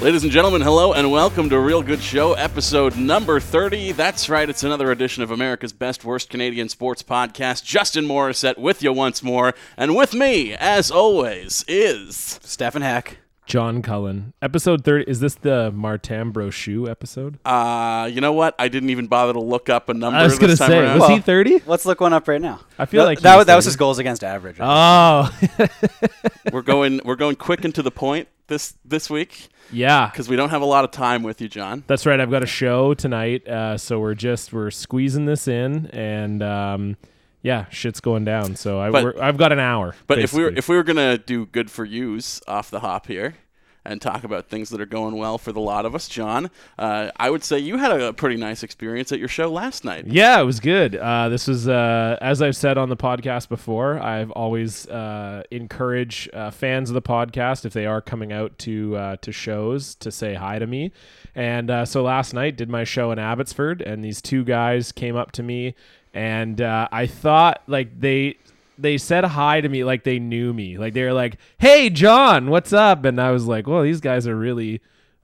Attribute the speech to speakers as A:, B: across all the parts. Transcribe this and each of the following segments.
A: Ladies and gentlemen, hello and welcome to Real Good Show, episode number 30. That's right, it's another edition of America's Best Worst Canadian Sports Podcast. Justin Morissette with you once more. And with me, as always, is
B: Stefan Hack.
C: John Cullen. Episode 30. Is this the Martambro shoe episode?
A: Uh, you know what? I didn't even bother to look up a number.
C: I was
A: going to
C: say,
A: around.
C: was he 30?
D: Let's look one up right now.
C: I feel
D: Th-
C: like
D: that,
C: he
D: was, that was
C: said-
D: his goals against average. right?
C: Oh,
A: we're going we're going quick and to the point this this week
C: yeah.
A: because we don't have a lot of time with you, John.
C: That's right. I've got a show tonight. Uh, so we're just, we're squeezing this in and, um, yeah, shit's going down. So I,
A: But-
C: we're, I've got an hour.
A: But if we were
C: basically.
A: if we were gonna do good for yous off the hop here and talk about things that are going well for the lot of us, John, uh, I would say you had a pretty nice experience at your show last night.
C: Yeah, it was good. Uh, this was, uh, as I've said on the podcast before, I've always uh, encourage uh, fans of the podcast if they are coming out to uh, to shows to say hi to me. And uh, so last night did my show in Abbotsford, and these two guys came up to me, and uh, I thought like they they said hi to me like they knew me, like they were like, "Hey, John, what's up?" And I was like, "Well, these guys are really."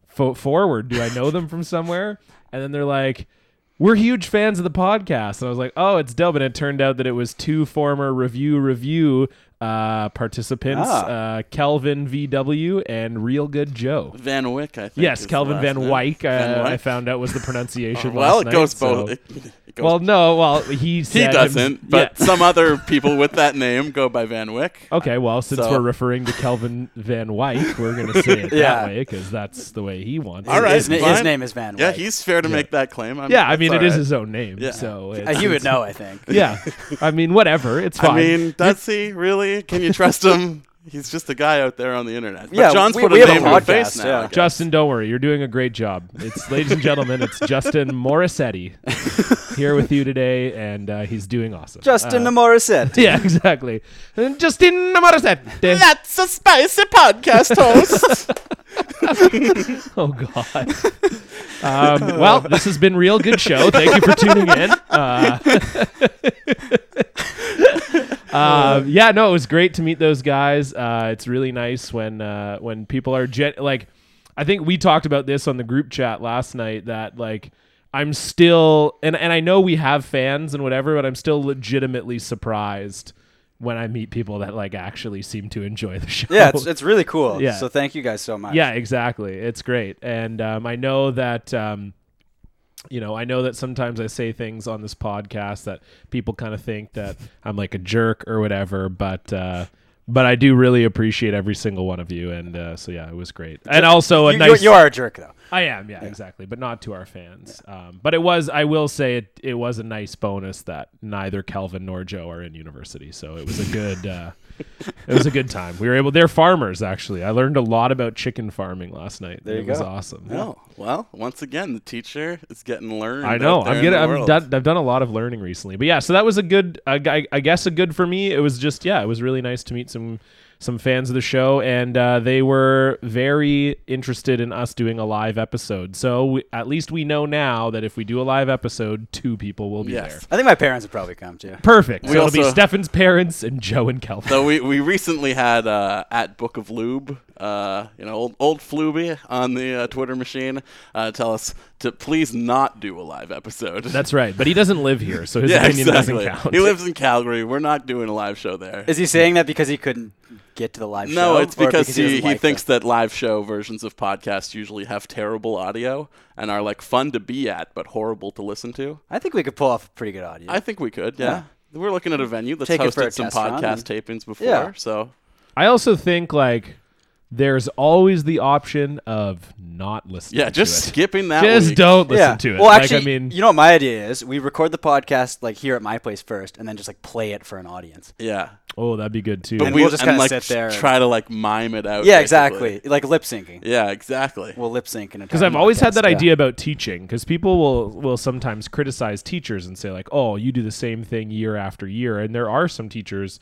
C: fo- forward. Do I know them from somewhere? And then they're like, we're huge fans of the podcast. And I was like, oh, it's dope. And it turned out that it was two former review review uh, participants,
D: Ah.
C: uh, Kelvin VW and Real Good Joe.
A: Van Wyck, I think.
C: Yes,
A: is
C: Kelvin
A: the
C: Van
A: last name.
C: Wyk. Uh,
A: Van Wyck?
C: I found out was the pronunciation.
A: Well,
C: last
A: it goes
C: night,
A: both.
C: so-
A: It, it goes
C: Well, no, well he
A: he
C: said
A: doesn't, but some other people with that name go by Van Wyck.
C: Okay, well, since
A: So-
C: we're referring to Kelvin Van Wyk, we're going to say it
D: Yeah.
C: that way because that's the way he wants.
A: All
C: it.
A: right,
D: his, na- his
A: fine.
D: name is Van.
A: Yeah,
D: Wyck.
A: he's fair to make that claim. I'm,
C: Yeah, I mean,
A: it
C: it
A: is.
C: is his own name,
A: Yeah.
C: so
D: Uh,
C: it's,
D: he would know, I think.
C: yeah. I mean, whatever. It's fine.
A: I mean, does he really? Can you trust him? He's just a guy out there on the internet. But
D: Yeah,
A: John's
D: we-
A: put
D: we
A: a
D: have a
A: name to a face now.
D: podcast,
A: I
D: yeah.
A: guess.
C: Justin, don't worry. You're doing a great job. It's, ladies and gentlemen, it's Justin Morissetti here with you today, and uh, he's doing awesome.
D: Justin
C: Uh,
D: Morissette.
C: yeah, exactly. And Justin Morissetti.
A: That's a spicy podcast host.
C: Oh God. Um, well, this has been real good show. Thank you for tuning in. Uh, um, yeah, no, it was great to meet those guys. Uh, it's really nice when uh, when people are gen- like, I think we talked about this on the group chat last night that like. I'm still, and, and I know we have fans and whatever, but I'm still legitimately surprised when I meet people that like actually seem to enjoy the show.
D: Yeah, it's, it's really cool.
C: Yeah.
D: So thank you guys so much.
C: Yeah, exactly. It's great. And um, I know that, um, you know, I know that sometimes I say things on this podcast that people kind of think that I'm like a jerk or whatever, but. Uh, but I do really appreciate every single one of you, and uh, so yeah, it was great. And also a
D: You,
C: nice.
D: you, you are a jerk though.
C: I am, yeah, exactly, but not to our fans. Um, but it was, I will say, it it was a nice bonus that neither Kelvin nor Joe are in university, so it was a good, uh, it was a good time. We were able. They're farmers, actually. I learned a lot about chicken farming last night.
D: There you
C: it was
D: go.
C: awesome.
A: oh, well, once again, the teacher is getting learned.
C: I know.
A: out there
C: I'm
A: in
C: getting.
A: the
C: I'm
A: world.
C: done. I've done a lot of learning recently, but yeah. So that was a good. I, I- I guess a good for me. It was just yeah. It was really nice to meet some some fans of the show, and uh, they were very interested in us doing a live episode. So we, at least we know now that if we do a live episode, two people will be there.
A: Yes.
D: I think my parents would probably come too.
C: Perfect.
A: We
C: so it'll
A: also-
C: be Stefan's parents and Joe and Kelvin.
A: So we, we recently had uh, at Book of Lube, uh, you know, old old Flooby on the uh, Twitter machine, uh, tell us to please not do a live episode.
C: That's right. But he doesn't live here, so his
A: yeah,
C: opinion
A: exactly.
C: doesn't count.
A: He lives in Calgary. We're not doing a live show there.
D: Is he saying that because he couldn't get to the live show?
A: No, it's
D: or
A: because,
D: he,
A: he,
D: doesn't
A: he
D: like
A: thinks
D: them?
A: that live show versions of podcasts usually have terrible audio and are like fun to be at but horrible to listen to.
D: I think we could pull off a pretty good audio.
A: I think we could, yeah. We're looking at a venue that's
D: Take it for a
A: hosted some
D: test run
A: podcast tapings before,
D: Yeah.
A: so
C: I also think like there's always the option of not listening.
A: Yeah, just
C: to it.
A: skipping that.
C: just
A: week.
C: don't listen
D: yeah.
C: to it.
D: Well,
C: Like,
D: actually,
C: I mean,
D: you know what my idea is? We record the podcast like here at my place first, and then just like play it for an audience.
A: Yeah,
C: oh, that'd be good too.
D: And
A: we
D: we'll just
A: and,
D: kinda
A: like
D: sit there.
A: try to like mime it out.
D: Yeah,
A: Oh, basically.
D: exactly. Like lip syncing.
A: Yeah, exactly.
D: We'll lip sync in a
C: Because I've always had that idea about teaching. Because people will will sometimes criticize teachers and say like, "Oh, you do the same thing year after year," and there are some teachers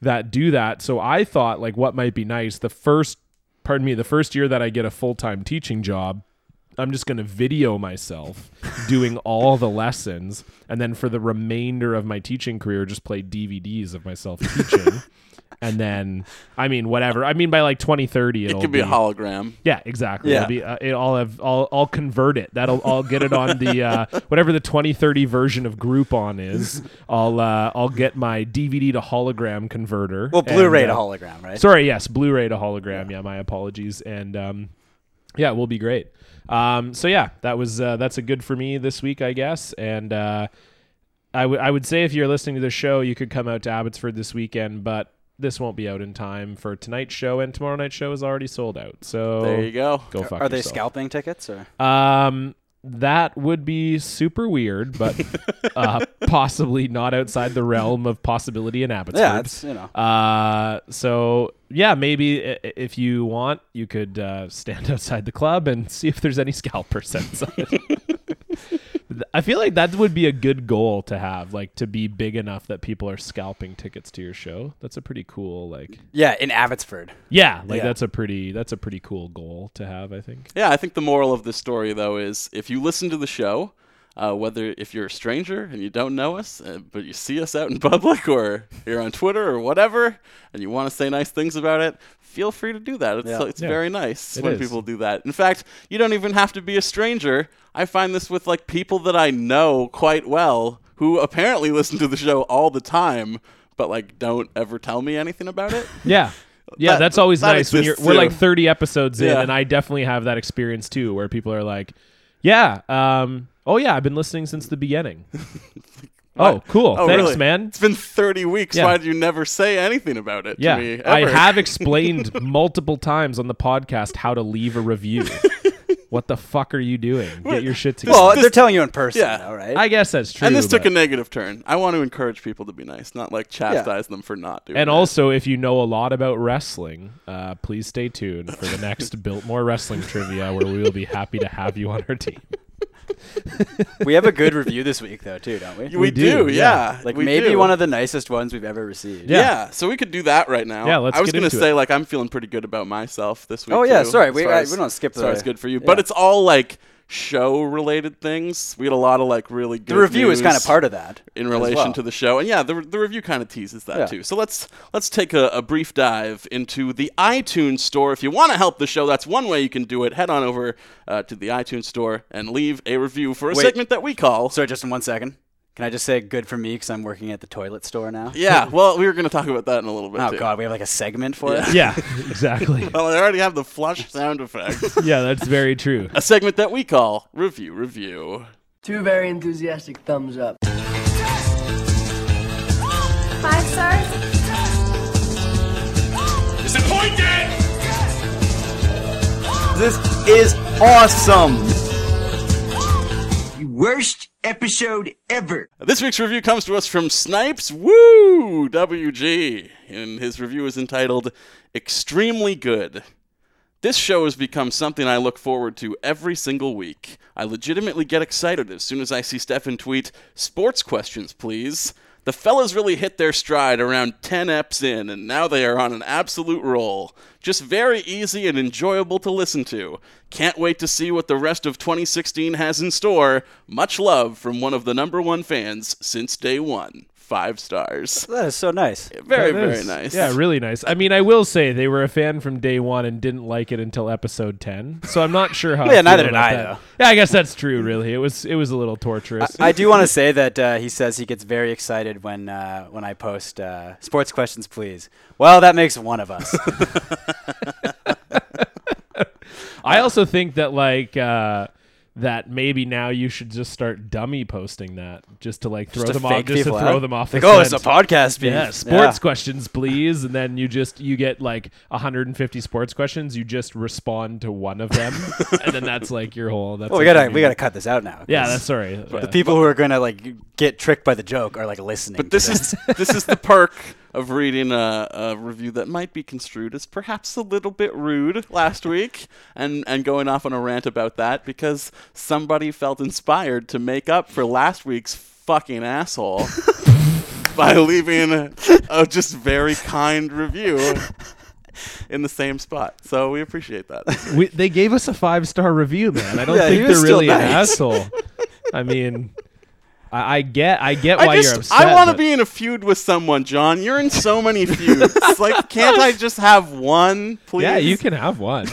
C: that do that. So I thought like, what might be nice the first, pardon me, the first year that I get a full time teaching job. I'm just going to video myself doing all the lessons. And then for the remainder of my teaching career, just play DVDs of myself teaching. and then, I mean, whatever. I mean, by like 2030, it'll
A: It could be a hologram.
C: yeah, exactly.
D: Yeah.
C: It'll be, uh, it, I'll have, I'll, I'll convert it. That'll, I'll get it on the uh, whatever the 2030 version of Groupon is. I'll, uh, I'll get my DVD to hologram converter.
D: Well,
C: and,
D: Blu-ray to
C: uh,
D: hologram, right?
C: Sorry, yes, Blu-ray to hologram. Yeah, my apologies. And um, yeah, it will be great. Um, so yeah, that was uh, that's a good for me this week, I guess. And uh, I would I would say if you're listening to the show, you could come out to Abbotsford this weekend, but this won't be out in time for tonight's show, and tomorrow night's show is already sold out. So
A: There you go.
C: go fuck
D: Are they
C: yourself.
D: scalping tickets or?
C: Um, that would be super weird, but uh, possibly not outside the realm of possibility in Abbotsford.
D: Yeah, it's you know.
C: Uh, so yeah, maybe i- if you want, you could uh, stand outside the club and see if there's any scalpers outside. I feel like that would be a good goal to have, like to be big enough that people are scalping tickets to your show. That's a pretty cool, like
D: Yeah, in Abbotsford.
C: yeah, like
D: Yeah.
C: that's a pretty that's a pretty cool goal to have. I think.
A: Yeah, I think the moral of this story though is if you listen to the show, uh, whether if you're a stranger and you don't know us, uh, but you see us out in public or you're on Twitter or whatever, and you want to say nice things about it, feel free to do that. It's uh,
D: Yeah.
A: it's
C: Yeah.
A: very nice
C: It
A: when
C: is.
A: people do that. In fact, you don't even have to be a stranger. I find this with like people that I know quite well who apparently listen to the show all the time, but like don't ever tell me anything about it.
C: Yeah. Yeah,
A: That-
C: that's always
A: that
C: nice when you're
A: exists
C: we're
A: too.
C: like 30 episodes in
A: Yeah.
C: and I definitely have that experience too where people are like, "Yeah, um oh yeah, I've been listening since the beginning." oh, cool.
A: Oh,
C: Thanks,
A: really?
C: man.
A: It's been 30 weeks.
C: Yeah.
A: Why did you never say anything about it
C: Yeah.
A: to me?
C: I
A: ever?
C: have explained multiple times on the podcast how to leave a review. what the fuck are you doing? Get your shit together.
D: Well, they're telling you in person,
A: Yeah.
D: though, right?
C: I guess that's true.
A: and this took
C: but-
A: a negative turn. I want to encourage people to be nice, not like chastise them for not doing.
C: and
A: it.
C: also, if you know a lot about wrestling, uh, please stay tuned for the next Biltmore Wrestling Trivia, where we will be happy to have you on our team.
D: we have a good review this week, though, too, don't we?
A: we, do,
C: do,
A: yeah.
D: like maybe one of the nicest ones we've ever received.
A: yeah.
C: Yeah.
A: So we could do that right now.
C: Yeah, let's
A: I was
C: get
A: gonna
C: into
A: say
C: it.
A: like I'm feeling pretty good about myself this week.
D: Oh, yeah,
A: too,
D: sorry,
A: as
D: we-
A: far
D: I-
A: as-
D: we don't skip
A: as far
D: the-
A: as good for you,
D: yeah.
A: but it's all like show related things. We had a lot of like really good.
D: The review is kind of part of that.
A: in
D: as
A: relation
D: well.
A: to the show. And yeah, the, the review kind of teases that
D: Yeah.
A: too. So let's let's take a, a brief dive into the iTunes store. If you want to help the show, that's one way you can do it. Head on over uh, to the iTunes store and leave a review for a
D: Wait.
A: segment that we call.
D: Sorry, just in one second. Can I just say good for me because I'm working at the toilet store now?
A: yeah, well, we were going to talk about that in a little bit.
D: Oh
A: too.
D: God, we have like a segment for it.
C: Yeah, exactly.
A: Well, I already have the flush sound effect.
C: yeah, that's very true.
A: a segment that we call review review.
E: Two very enthusiastic thumbs up.
F: Five stars.
G: It's appointed!
H: This is awesome.
E: Worst episode ever.
A: This week's review comes to us from Snipes Woo WG, and his review is entitled Extremely Good. This show has become something I look forward to every single week. I legitimately get excited as soon as I see Stefan tweet, Sports questions, please. The fellas really hit their stride around 10 eps in, and now they are on an absolute roll. Just very easy and enjoyable to listen to. Can't wait to see what the rest of 2016 has in store. Much love from one of the number one fans since day one. Five stars.
D: That is so nice.
A: Very,
C: That
A: very
C: is-
A: nice.
C: Yeah, really nice. I mean, I will say they were a fan from day one and didn't like it until episode ten. So I'm not sure how. I
D: Yeah, neither
C: feel
D: did
C: about
D: I,
C: that.
D: though.
C: Yeah, I guess that's true. Really, it was it was a little torturous.
D: I do want to say that uh, he says he gets very excited when uh, when I post uh, sports questions, please. Well, that makes one of us.
C: I also think that like uh, that maybe now you should just start dummy posting that just to like throw
D: to
C: them off,
D: fake
C: just to
D: people
C: throw
D: out.
C: them off. the
D: Like, oh, it's a
C: scent.
D: podcast. Beef.
C: Yeah, sports
D: Yeah.
C: questions, please, and then you just you get like 150 sports questions. You just respond to one of them, and then that's like your whole. That's
D: Well, we
C: like
D: gotta
C: your-
D: we gotta cut this out now.
C: Yeah,
D: 'cause
C: that's sorry.
D: The people who are gonna like get tricked by the joke are like listening.
A: But this is this is the perk of reading a, a review that might be construed as perhaps a little bit rude last week, and and going off on a rant about that because somebody felt inspired to make up for last week's fucking asshole by leaving a, a just very kind review. In the same spot, so we appreciate that.
C: we, they gave us a five star review, man. I don't
D: Yeah, he
C: think
D: was
C: they're
D: still
C: really an
D: nice.
C: asshole. I mean, I, I get I get why
A: I just
C: you're upset.
A: I want to
C: but-
A: be in a feud with someone, John. You're in so many feuds. like, can't I just have one, please?
C: Yeah, you can have one.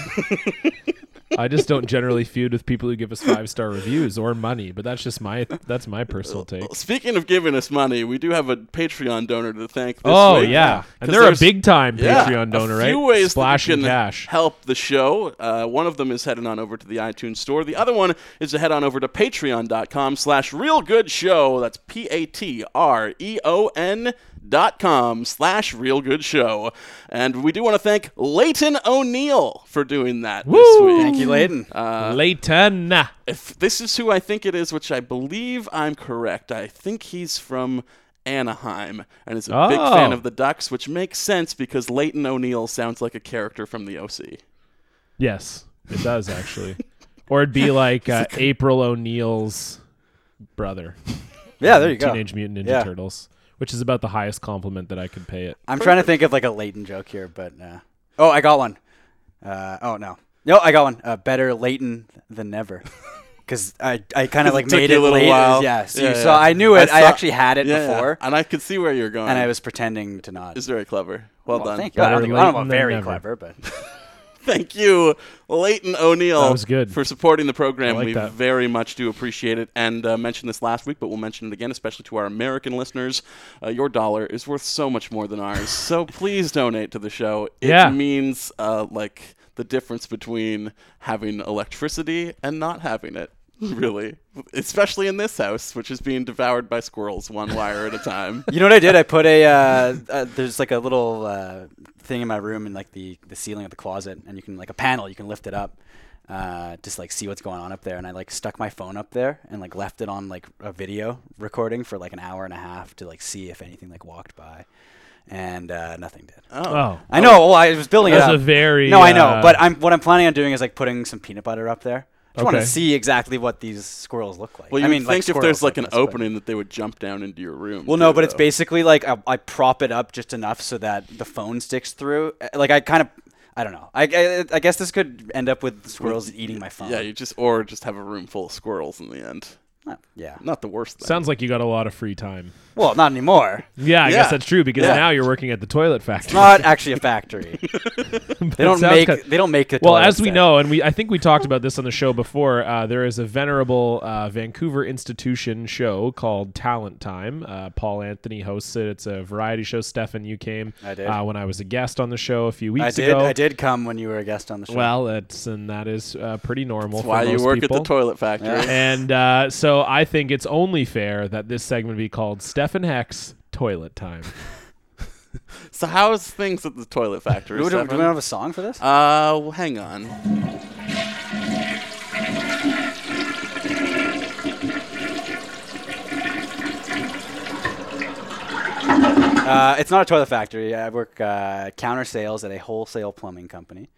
C: I just don't generally feud with people who give us five star reviews or money, but that's just my that's my personal take.
A: Speaking of giving us money, we do have a Patreon donor to thank. This
C: Oh
A: week.
C: yeah, and
A: 'Cause
C: they're a
A: there's-
C: big time
A: yeah,
C: Patreon donor,
A: a few
C: right?
A: Ways that
C: Splashing
A: you can
C: cash.
A: help the show. Uh, one of them is heading on over to the iTunes store. The other one is to head on over to patreon.com slash real good show. That's P-A-T-R-E-O-N E dot com slash real good show. And we do want to thank Leighton O'Neill for doing that this
C: Woo!
A: week. Uh,
D: Thank you, Layden.
C: Leighton.
A: if this is who I think it is, which I believe I'm correct, I think he's from Anaheim and is a big
C: Oh.
A: fan of the Ducks, which makes sense because Leighton O'Neill sounds like a character from the OC.
C: Yes, it does actually. or it'd be like uh, April O'Neil's brother,
D: yeah, there you go.
C: Teenage Mutant Ninja
D: Yeah.
C: Turtles, which is about the highest compliment that I could pay it.
D: I'm trying to think of like a Leighton joke here, but uh, oh, I got one. Uh, oh no, no, I got one. Uh, better Leighton than never, because I, I kind of like
A: took
D: made
A: you
D: it
A: a little
D: late.
A: while.
D: Yeah, so,
A: Yeah,
D: you
A: yeah.
D: saw I knew it. I,
A: saw-
D: actually had it
A: Yeah, yeah.
D: before,
A: and I could see where you're going.
D: and I was pretending to not.
A: It's very clever. Well
D: Well,
A: done.
D: thank you. I don't,
C: Better
D: think- I don't know
C: Leighton
D: about
C: than
D: very
C: never.
D: clever, but
A: Thank you, Leighton O'Neill.
C: That was good.
A: for supporting the program.
C: I like
A: we
C: that.
A: very much do appreciate it. And uh, mentioned this last week, but we'll mention it again, especially to our American listeners. Uh, your dollar is worth so much more than ours, so please donate to the show. It
C: Yeah.
A: means uh, like the difference between having electricity and not having it. Really, especially in this house, which is being devoured by squirrels one wire at a time.
D: you know what I did? I put a uh, uh, there's like a little uh, thing in my room in like the the ceiling of the closet, and you can like a panel. You can lift it up. Uh, just like see what's going on up there, and I like stuck my phone up there and like left it on like a video recording for like an hour and a half to like see if anything like walked by, and uh, nothing did.
C: Oh,
D: I know. Well, I was building
C: That's
D: it
C: a
D: up.
C: very,
D: no, I know.
C: uh,
D: but I'm what I'm planning on doing is like putting some peanut butter up there. I just want
C: Okay.
D: to see exactly what these squirrels look like.
A: Well, you
D: I
A: would
D: mean, like
A: think if there's
D: squirrels
A: like
D: look
A: an
D: this, but-
A: opening that they would jump down into your room.
D: Well, no,
A: too,
D: but it's
A: though.
D: basically like I, I prop it up just enough so that the phone sticks through. Uh, Like I kind of, I don't know. I, I, I guess this could end up with squirrels eating my phone.
A: Yeah,
C: Uh,
A: you just or just have a room full of squirrels in the end.
D: Uh, yeah.
A: Not the worst thing.
C: sounds like you got a lot of free time.
D: Well, not anymore.
C: Yeah, I
A: Yeah.
C: guess that's true because
A: Yeah.
C: now you're working at the toilet factory.
D: not actually a factory. they don't
C: sounds
D: make.
C: kind-
D: They don't make it.
C: Well, as we know, and we I think we talked about this on the show before, uh, there is a venerable uh, Vancouver institution show called Talent Time. Uh, Paul Anthony hosts it. It's a variety show. Stefan, you came
D: I did.
C: Uh, when I was a guest on the show a few weeks
D: I did.
C: ago.
D: I did come when you were a guest on the show.
C: Well, it's and that is uh, pretty normal. for
A: Why you
C: most
A: work at
C: people.
A: the toilet factory?
C: And uh, so I think it's only fair that this segment be called Stefan Hex Toilet Time.
A: So how's things at the toilet factory?
D: do, we- do we
A: Stefan?
D: have a song for this?
A: Uh, well, hang on.
D: Uh, it's not a toilet factory. I work uh, counter sales at a wholesale plumbing company.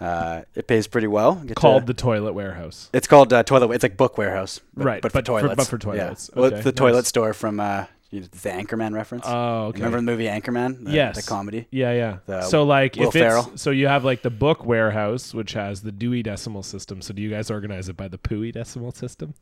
D: Uh, it pays pretty well. Get to-
C: called the Toilet Warehouse.
D: It's called uh, toilet. It's like book warehouse, but,
C: Right,
D: But,
C: but for-
D: for toilets,
C: but for toilets.
D: Yeah. Well,
C: Okay,
D: it's the
C: nice.
D: toilet store from uh, you know, the Anchorman reference.
C: Oh, okay.
D: Remember the movie Anchorman? The,
C: yes
D: the comedy.
C: yeah yeah
D: The
C: so like
D: Will
C: if it's
D: Ferrell.
C: so you have like the book warehouse which has the dewey decimal system so do you guys organize it by the pooey decimal system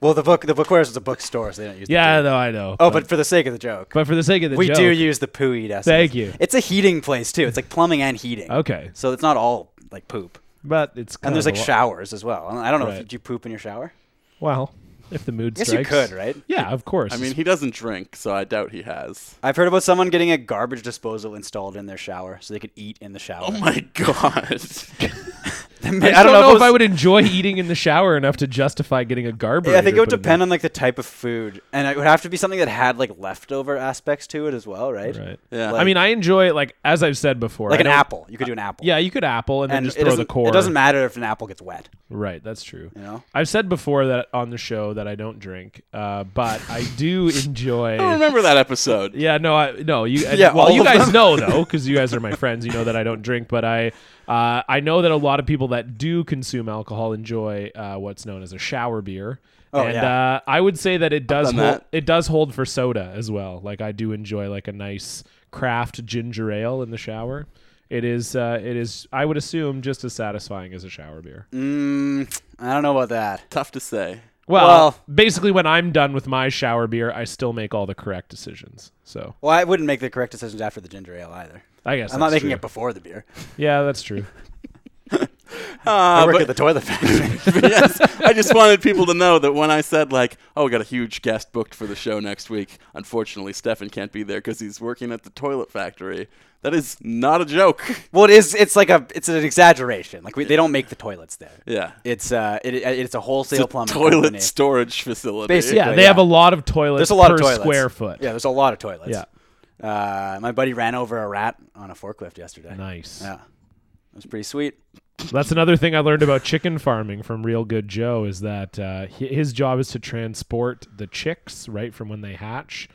D: Well, the book the book warehouse is a bookstore, so they don't use.
C: yeah
D: The
C: no i know
D: oh, but for the sake of the joke,
C: but for the sake of the
D: we
C: joke,
D: do use the pooey decimals.
C: Thank you.
D: It's a heating place too. It's like plumbing and heating.
C: okay
D: So it's not all like poop.
C: but it's kind
D: And there's
C: of
D: like
C: a lo-
D: showers as well. I don't know
C: Right.
D: if you poop in your shower.
C: well if the
D: I
C: mood
D: guess
C: strikes
D: you could, right?
C: yeah of course
A: I mean, he doesn't drink, so I doubt he has.
D: I've heard about someone getting a garbage disposal installed in their shower so they could eat in the shower.
A: Oh my god!
C: Oh I,
D: I
C: don't know, if
D: was-
C: I would enjoy eating in the shower enough to justify getting a carburetor.
D: Yeah, I think it would
C: put in
D: depend on like the type of food, and it would have to be something that had like leftover aspects to it as well, right?
C: Right.
A: Yeah.
C: there. I mean, I enjoy like as I've said before,
D: like
C: I
D: an
C: don't-
D: apple. You could do an apple.
C: Yeah, you could apple and,
D: and
C: then just
D: it
C: throw
D: doesn't.
C: the core.
D: It doesn't matter if an apple gets wet.
C: Right, that's true.
D: You know?
C: I've said before that on the show that I don't drink, uh, but I do enjoy.
A: I don't remember that episode.
C: Yeah, no, I no you. and-
D: Yeah,
C: well,
D: all
C: you
D: of
C: guys
D: them.
C: know though, because you guys are my friends. You know that I don't drink, but I, uh, I know that a lot of people that do consume alcohol enjoy uh, what's known as a shower beer.
D: Oh,
C: and
D: yeah.
C: uh, I would say that it does
A: done
C: hold,
A: that.
C: it does hold for soda as well. Like I do enjoy like a nice craft ginger ale in the shower. It is uh, it is I would assume just as satisfying as a shower beer.
D: Mm, I don't know about that.
A: Tough to say.
C: Well,
D: Well-
C: basically, when I'm done with my shower beer, I still make all the correct decisions. So
D: Well, I wouldn't make the correct decisions after the ginger ale either.
C: I guess
D: I'm not
C: that's
D: making
C: true.
D: it before the beer.
C: Yeah, that's true.
D: I
A: Uh,
D: work
A: but-
D: at the toilet factory.
A: yes, I just wanted people to know that when I said like, "Oh, we got a huge guest booked for the show next week," unfortunately, Stefan can't be there because he's working at the toilet factory. That is not a joke.
D: well, it is. It's like a. It's an exaggeration. Like we, they don't make the toilets there.
A: Yeah,
D: It's uh, it, it- it's a wholesale
A: it's a
D: plumbing
A: toilet
D: company.
A: storage facility.
D: Basically,
C: Yeah, they have a lot of toilets.
D: There's a lot
C: per
D: of toilets.
C: square foot.
D: Yeah, there's a lot of toilets.
C: Yeah.
D: Uh, my buddy ran over a rat on a forklift yesterday.
C: Nice.
D: Yeah. It was pretty sweet.
C: That's another thing I learned about chicken farming from Real Good Joe is that uh, hi- his job is to transport the chicks right from when they hatch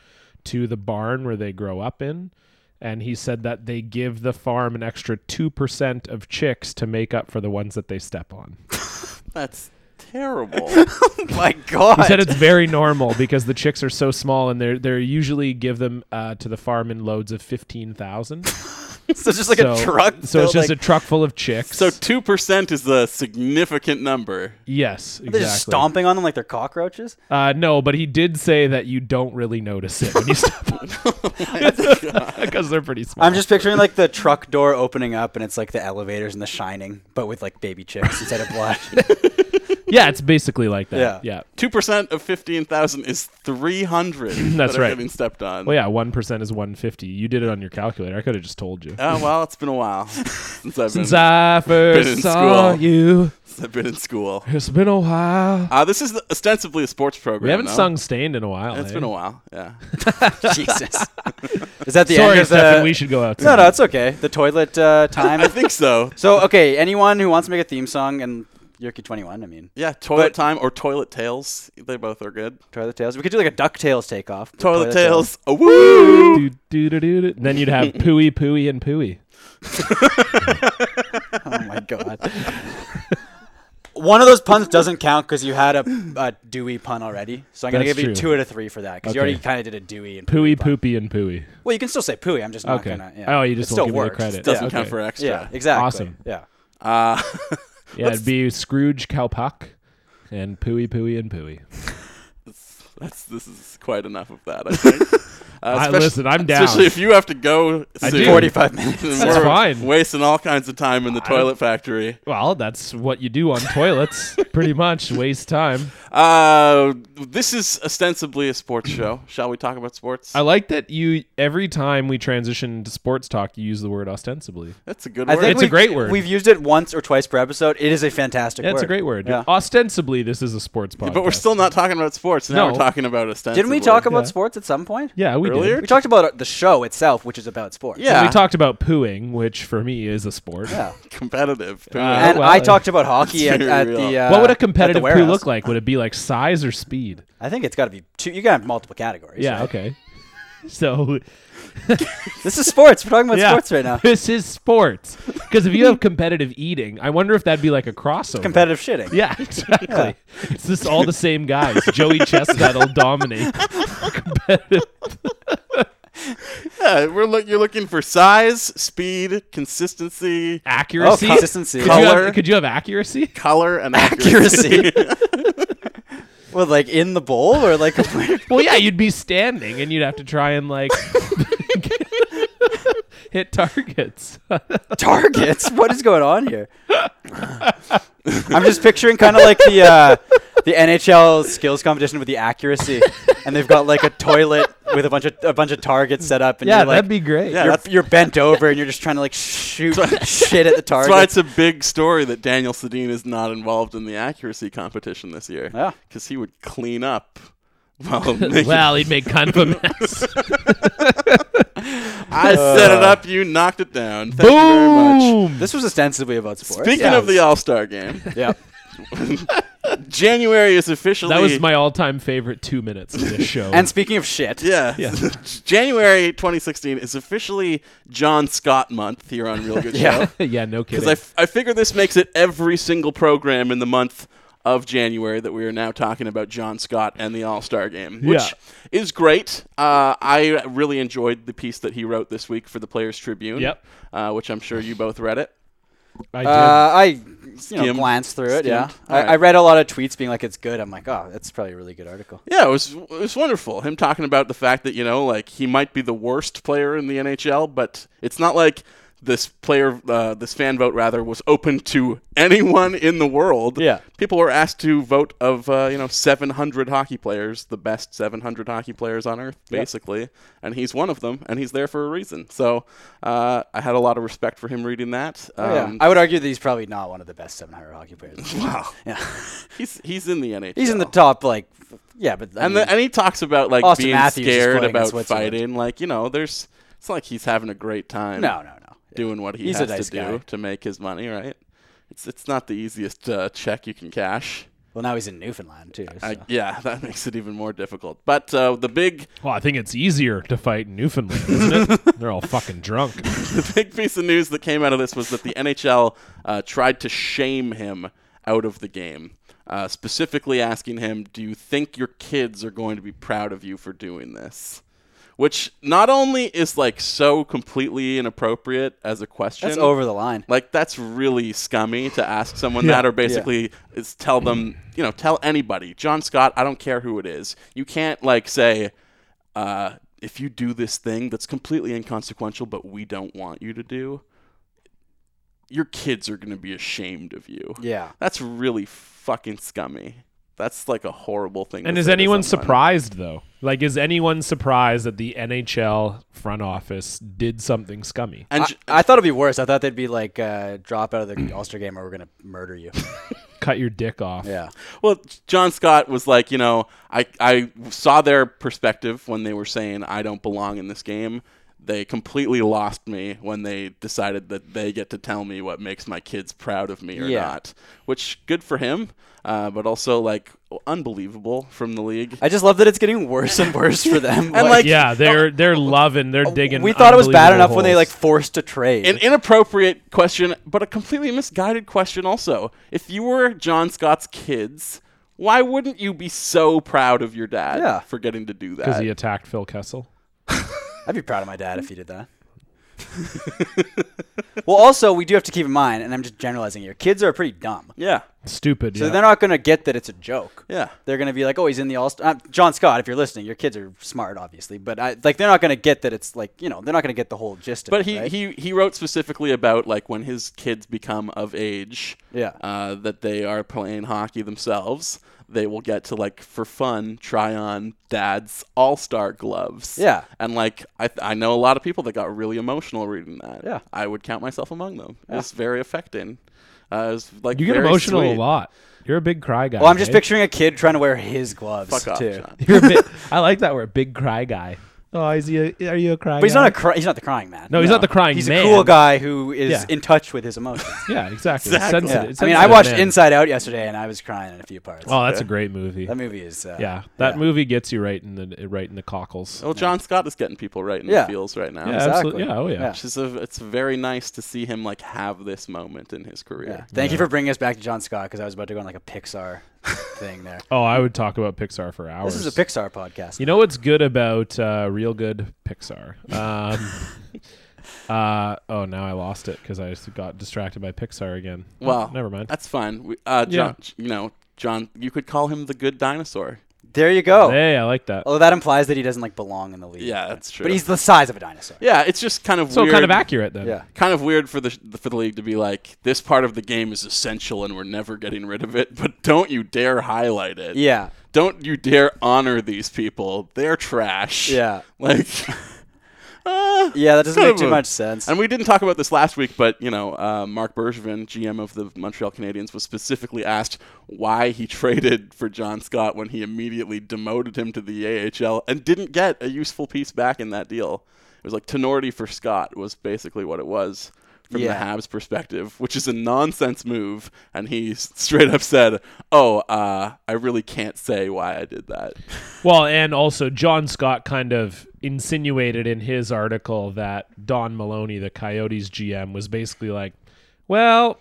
C: to the barn where they grow up in. And he said that they give the farm an extra 2% of chicks to make up for the ones that they step on.
A: That's terrible.
D: my God.
C: He said it's very normal because the chicks are so small and they're, they're usually give them uh, to the farm in loads of 15,000.
D: so it's just like a
C: So-
D: truck.
C: So it's
D: filled,
C: just
D: like,
C: a truck full of chicks.
A: so two percent is a significant number.
C: yes, exactly.
D: They're just stomping on them like they're cockroaches.
C: Uh, no, but he did say that you don't really notice it when you step on because they're pretty small.
D: I'm just picturing like the truck door opening up and it's like the elevators and the shining, but with like baby chicks instead of blood.
C: yeah, it's basically like that.
D: Yeah.
C: Yeah.
A: Two percent of fifteen thousand is three hundred.
C: That's
A: that are
C: right.
A: Getting stepped on.
C: Well, yeah, one percent is one fifty. You did it on your calculator. I could have just told you.
A: Oh well, it's been a while since I've
C: Since
A: been,
C: I
A: been in
C: first saw
A: school.
C: you,
A: since I've been in school.
C: it's been a while.
A: Uh, this is the, ostensibly a sports program.
C: We haven't
A: though.
C: sung "Stained" in a while.
A: It's
C: eh?
A: been a while. Yeah.
D: Jesus. Is that the
C: Sorry,
D: end of
C: Stefan.
D: the...
C: We should go out.
D: No, no, uh, it's okay. The toilet uh, time.
A: I think so.
D: so, okay, anyone who wants to make a theme song and Yerky 21, I mean,
A: Yeah, toilet
D: But-
A: time or toilet tales. They both are good.
D: Toilet Tales. We could do like a DuckTales takeoff. but
A: Toilet, tales.
D: Tales.
A: A woo!
C: Do, do, do, do, do. Then you'd have pooey, pooey, and pooey.
D: Oh my god. One of those puns doesn't count because you had a, a Dewey pun already. So I'm going to
C: That's
D: give you
C: true.
D: two out of three for that because you
C: Okay.
D: already kind of did a Dewey and
C: Pooey,
D: pun.
C: poopy, and pooey.
D: Well, you can still say Pooey. I'm just not
C: Okay.
D: going to. Yeah.
C: Oh, you just
D: it still
C: won't give me the
D: works.
C: credit.
D: Yeah,
A: Doesn't
C: okay.
A: count for extra.
D: yeah, exactly.
C: Awesome.
D: Yeah.
A: Uh,
C: Yeah, it'd be Scrooge Cowpuck and Pooey, Pooey, and Pooey.
A: that's, this is quite enough of that. I think. Uh,
C: I,
A: especially-
C: listen, I'm down.
A: Especially if you have to go soon.
C: do.
D: 45 minutes.
A: Then
C: That's
A: we're
C: fine.
A: Wasting all kinds of time in the toilet factory.
C: Well, that's what you do on toilets, pretty much. Waste time.
A: Uh, this is ostensibly a sports show. Shall we talk about sports?
C: I like that you. Every time we transition to sports talk, you use the word ostensibly.
A: that's a good
D: I
A: word.
D: think
C: It's a
D: we've-
C: great word.
D: We've used it once or twice per episode. It is a fantastic
C: Yeah,
D: word.
C: it's a great word.
D: Yeah.
C: Ostensibly, this is a sports podcast.
A: but we're still not talking about sports. Now
C: No.
A: we're talking about ostensibly.
D: Didn't we talk about
C: Yeah.
D: sports at some point?
C: Yeah, we did.
A: Earlier?
D: We talked about the show itself, which is about sports.
A: Yeah.
C: We talked about pooing, which for me is a sport.
D: Yeah.
A: competitive?
C: Uh,
D: And
C: well,
D: I
C: uh,
D: talked about hockey at,
A: very
D: at
A: real.
D: the. Uh,
C: What would a
D: at the
C: competitive poo
D: warehouse.
C: look like? Would it be like size or speed?
D: I think it's got to be two. You got to have multiple categories.
C: Yeah.
D: right?
C: Okay. So
D: This is sports. We're talking about
C: yeah,
D: sports right now.
C: This is sports because if you have competitive eating, I wonder if that'd be like a crossover.
D: Competitive shitting.
C: Yeah, exactly. It's just all the same guys. Joey Chestnut will dominate.
D: Oh,
A: Yeah, we're look you're looking for size, speed, consistency,
C: Accuracy.
D: Oh, consistency.
C: Could you,
A: Color.
C: have, could you have accuracy?
A: color, and accuracy.
D: Accuracy. well, like in the bowl or like a
C: Well, yeah, you'd be standing and you'd have to try and like hit targets.
D: targets. What is going on here? I'm just picturing kind of like the uh, the NHL skills competition with the accuracy, and they've got like a toilet with a bunch of a bunch of targets set up. And
G: Yeah,
D: you're like,
G: that'd be great.
D: Yeah,
G: Yeah,
D: you're, you're bent over and you're just trying to like shoot shit at the
A: That's why
D: target.
A: it's a big story that Daniel Sedin is not involved in the accuracy competition this year.
D: Yeah.
A: Because he would clean up. Well, making-
G: Well, he'd make kind of a mess.
A: I
C: Uh,
A: set it up, you knocked it down. Thank you very much.
G: Boom!
D: This was ostensibly about sports.
A: Speaking of the All Star game,
D: yeah,
A: January is officially.
C: That was my all-time favorite two minutes of this show.
D: and speaking of shit,
A: Yeah. January 2016 is officially John Scott month here on Real Good Show.
C: yeah, no kidding.
A: Because I, f- I figure this makes it every single program in the month of January that we are now talking about John Scott and the All Star game, which is great. Uh, I really enjoyed the piece that he wrote this week for the Players Tribune,
C: Yep.
A: uh, which I'm sure you both read it.
C: I did.
D: uh, I you know,
A: Skimmed.
D: glanced through it. Yeah,
A: Skimmed.
D: I,
A: Alright.
D: I read a lot of tweets being like, "It's good." I'm like, "Oh, that's probably a really good article."
A: Yeah, it was it was wonderful. Him talking about the fact that you know, like he might be the worst player in the NHL, but it's not like this player, uh, this fan vote rather, was open to anyone in the world.
D: Yeah.
A: people were asked to vote of uh, you know 700 hockey players, the best 700 hockey players on earth, basically, and he's one of them, and he's there for a reason. So uh, I had a lot of respect for him reading that.
D: Oh,
A: Um,
D: yeah. I would argue that he's probably not one of the best 700 hockey players.
A: wow,
D: yeah,
A: he's he's in the NHL.
D: he's in the top like, f- yeah, but I
A: and
D: mean,
A: the, and he talks about like
D: Austin
A: being
D: Matthews is
A: scared
D: playing in
A: about
D: Switzerland.
A: fighting. Like you know, there's it's not like he's having a great time.
D: no, no, no.
A: doing what he
D: He's a
A: has
D: nice
A: to do
D: guy.
A: to make his money. Right? It's it's not the easiest uh, check you can cash.
D: Well, now he's in Newfoundland too. So.
A: I, yeah, that makes it even more difficult. But uh, the big
C: well, I think it's easier to fight in Newfoundland, isn't it? They're all fucking drunk.
A: the big piece of news that came out of this was that the NHL uh, tried to shame him out of the game, uh, specifically asking him, "Do you think your kids are going to be proud of you for doing this?" Which not only is like so completely inappropriate as a question,
D: that's over the line.
A: like that's really scummy to ask someone that, or basically is tell them, you know, tell anybody, John Scott, I don't care who it is. You can't like say, uh, if you do this thing that's completely inconsequential, but we don't want you to do, your kids are going to be ashamed of you.
D: Yeah.
A: that's really fucking scummy. That's like a horrible thing.
C: And
A: to
C: is
A: say to
C: anyone
A: someone.
C: surprised though? Like, is anyone surprised that the NHL front office did something scummy?
A: And
D: I,
A: j-
D: I thought it'd be worse. I thought they'd be like uh, drop out of the All Star game or we're gonna murder you.
C: Cut your dick off.
D: yeah,
A: Well, John Scott was like, you know, I I saw their perspective when they were saying I don't belong in this game. They completely lost me when they decided that they get to tell me what makes my kids proud of me or
D: Yeah.
A: not. Which good for him, uh, but also like unbelievable from the league.
D: I just love that it's getting worse and worse for them.
A: And, like,
C: Yeah, they're they're loving, they're digging.
D: Oh, we thought it was bad
C: unbelievable
D: enough when they like
C: holes.
D: forced a trade.
A: An inappropriate question, but a completely misguided question. Also, if you were John Scott's kids, why wouldn't you be so proud of your dad
D: Yeah.
A: for getting to do that?
D: uh,
C: he attacked Phil Kessel.
D: I'd be proud of my dad if he did that. well, also we do have to keep in mind, and I'm just generalizing here. Kids are pretty dumb,
A: yeah,
C: Stupid.
D: so
C: yeah.
D: they're not gonna get that it's a joke.
A: yeah.
D: They're gonna be like, "Oh, he's in the All Star." Uh, John Scott, if you're listening, your kids are smart, obviously, but I, like they're not gonna get that it's like you know they're not gonna get the whole gist of it.
A: But he,
D: right?
A: he he wrote specifically about like when his kids become of age,
D: Yeah.
A: uh, that they are playing hockey themselves. They will get to like for fun try on dad's all star gloves.
D: Yeah.
A: and like I th- I know a lot of people that got really emotional reading that.
D: Yeah.
A: I would count myself among them. It's very affecting. Uh, it's like
C: you get
A: very
C: emotional
A: sweet.
C: a lot. You're a big cry guy.
D: well, I'm just
C: eh?
D: picturing a kid trying to wear his gloves
A: Fuck off,
D: too.
A: John.
C: You're a big, I like that word, big cry guy. Oh, is he? A, are you a cry?
D: But he's not a cry, he's not the crying man.
C: No, he's not the crying
D: He's
C: man.
D: a cool guy who is
C: Yeah.
D: in touch with his emotions.
C: Yeah, exactly.
A: Exactly.
D: Yeah.
C: Sensitive-
D: I mean, I
C: sensitive
D: watched
C: man.
D: Inside Out yesterday, and I was crying in a few parts.
C: Oh, that's a great movie.
D: that movie is. Uh,
C: Yeah, that movie gets you right in the right in the cockles.
A: Well, John Scott is getting people right in
D: Yeah.
A: the feels right now.
C: yeah, absolutely.
D: exactly.
C: Yeah, oh yeah.
D: Yeah.
A: Which is a, it's very nice to see him like have this moment in his
D: Yeah.
A: career.
D: Thank you for bringing us back to John Scott because I was about to go on like a Pixar thing there.
C: Oh, I would talk about Pixar for hours.
D: This is a Pixar podcast.
C: You know what's good about uh, real good Pixar? Um, uh, oh, now I lost it because I just got distracted by Pixar again.
A: Well,
C: never mind.
A: That's fine. We, uh, John,
C: Yeah.
A: You know, John, you could call him the good dinosaur.
D: There you go.
C: Hey, I like that.
D: Although that implies that he doesn't like belong in the league.
A: Yeah, that's true.
D: But he's the size of a dinosaur.
A: yeah, it's just kind of
C: So
A: weird.
C: kind of accurate then.
D: Yeah.
A: kind of weird for the for the league to be like this part of the game is essential and we're never getting rid of it but don't you dare highlight it
D: Yeah.
A: don't you dare honor these people they're trash
D: Yeah.
A: like uh,
D: Yeah, that doesn't
A: kind
D: make
A: of
D: too
A: a-
D: much sense.
A: and we didn't talk about this last week but you know uh, mark bergevin gm of the montreal canadiens was specifically asked why he traded for john scott when he immediately demoted him to the ahl and didn't get a useful piece back in that deal it was like tenority for scott was basically what it was from
D: Yeah.
A: the Habs perspective, which is a nonsense move, and he s- straight up said, "Oh, uh, I really can't say why I did that."
C: Well, and also John Scott kind of insinuated in his article that Don Maloney, the Coyotes GM, was basically like, "Well,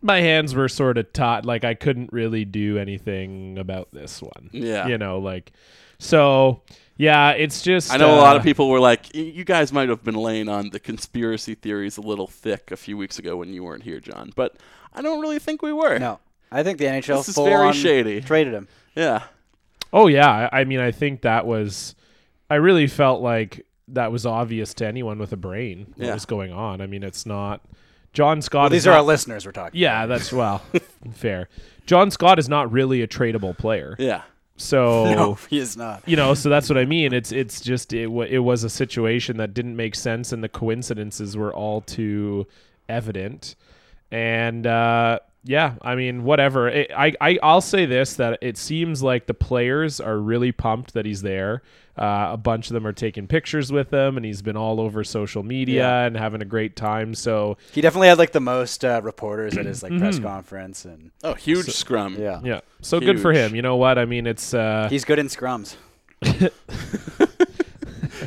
C: my hands were sort of taut, like I couldn't really do anything about this one."
A: Yeah.
C: you know, like so. Yeah, it's just
A: I know a lot of
C: uh,
A: people were like, "Y- "You guys might have been laying on the conspiracy theories a little thick a few weeks ago when you weren't here, John," but I don't really think we were.
D: no, I think the NHL
A: This is
D: full
A: very
D: on
A: shady.
D: traded him.
A: Yeah.
C: Oh yeah, I I mean, I think that was. I really felt like that was obvious to anyone with a brain what
A: Yeah.
C: was going on. I mean, it's not John Scott.
D: Well,
C: is
D: these are
C: not-
D: our listeners we're talking.
C: Yeah, that's well, fair. John Scott is not really a tradable player,
A: Yeah.
C: so
D: About. No, he is not.
C: you know. So that's what I mean. It's it's just it, wa it was a situation that didn't make sense, and the coincidences were all too evident. And uh, yeah, I mean, whatever. It, I, I I'll say this that it seems like the players are really pumped that he's there. Uh, a bunch of them are taking pictures with him, and he's been all over social media and having a great time. So
D: He definitely had like the most uh, reporters at his like press
A: Mm-hmm.
D: conference, and
A: Oh, huge scrum.
D: yeah,
C: yeah, so good for
A: Huge.
C: him. You know what I mean? It's uh,
D: he's good in scrums.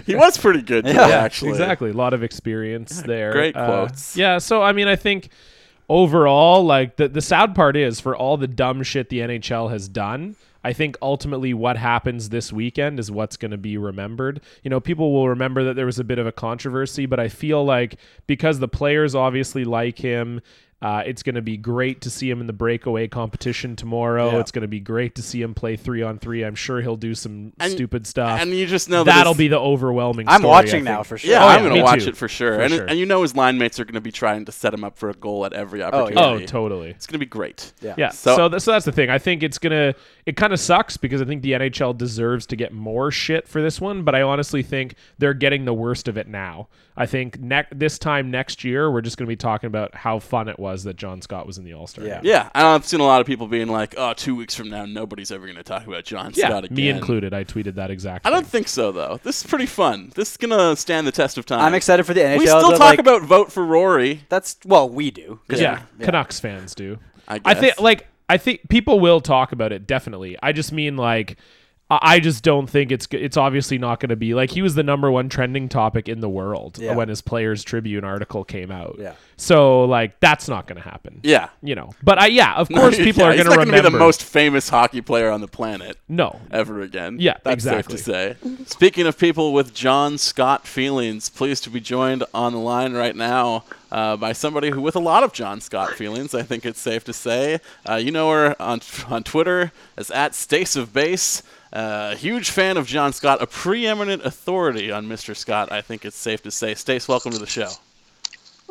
A: He was pretty good today, actually.
C: Exactly. A lot of experience there.
A: great
C: Uh,
A: quotes.
C: Yeah. So, I mean, I think overall, like the, the sad part is for all the dumb shit the NHL has done, I think ultimately what happens this weekend is what's going to be remembered. You know, people will remember that there was a bit of a controversy, but I feel like because the players obviously like him, uh, it's going to be great to see him in the breakaway competition tomorrow. It's going to be great to see him play three on three. I'm sure he'll do some
A: And-
C: stupid stuff.
A: and you just know that
C: that'll
A: it's-
C: be the overwhelming.
D: I'm
C: story, I
D: watching now
C: think.
D: for sure.
A: Yeah,
C: Oh,
A: I'm
C: yeah,
A: gonna
C: me
A: watch
C: too.
A: it for sure,
C: For
A: and
C: sure.
A: and you know his line mates are gonna be trying to set him up for a goal at every opportunity.
C: Oh, totally.
A: It's gonna be great.
D: Yeah.
C: Yeah.
A: So-
C: So, so, th- so that's the thing. I think it's gonna. It kind of sucks because I think the NHL deserves to get more shit for this one, but I honestly think they're getting the worst of it now. I think ne- this time next year, we're just gonna be talking about how fun it was that John Scott was in the All Star.
D: Yeah.
A: Yeah, and I've seen a lot of people being like, "Oh, two weeks from now, nobody's ever going to talk about John
C: Yeah.
A: Scott again."
C: Me included. I tweeted that exactly.
A: I don't think so, though. This is pretty fun. This is gonna stand the test of time.
D: I'm excited for the NHL.
A: We still
D: to,
A: talk
D: like-
A: about vote for Rory.
D: that's well, we do. 'cause
C: yeah,
D: we-
C: Canucks fans do.
A: I guess.
C: think like I think people will talk about it definitely. I just mean like I I just don't think it's g- it's obviously not going to be like he was the number one trending topic in the world
D: Yeah.
C: when his Players Tribune article came out.
D: Yeah.
C: So like that's not going to happen.
A: Yeah.
C: You know, but I yeah, of course people
A: Yeah,
C: are
A: he's
C: going to
A: not
C: remember.
A: gonna be the most famous hockey player on the planet
C: no.
A: ever again.
C: Yeah,
A: that's
C: exactly.
A: safe to say. Speaking of people with John Scott feelings, pleased to be joined on the line right now uh, by somebody who, with a lot of John Scott feelings, I think it's safe to say. Uh, you know her on on Twitter as at Stace of Base. Uh, huge fan of John Scott, a preeminent authority on Mr. Scott. I think it's safe to say. Stace, welcome to the show.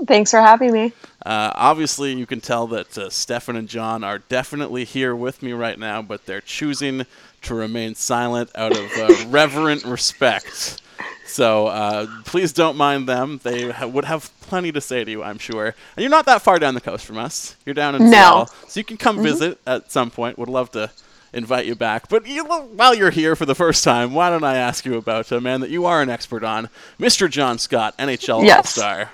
I: Thanks for having me.
A: Uh, obviously, you can tell that uh, Stefan and John are definitely here with me right now, but they're choosing to remain silent out of uh, reverent respect. So uh, please don't mind them. They ha- would have plenty to say to you, I'm sure. And you're not that far down the coast from us. You're down in
I: No.
A: Seattle, so you can come visit at some point. Would love to invite you back. But you, while you're here for the first time, why don't I ask you about a man that you are an expert on, Mr. John Scott, NHL
I: Yes.
A: All-Star.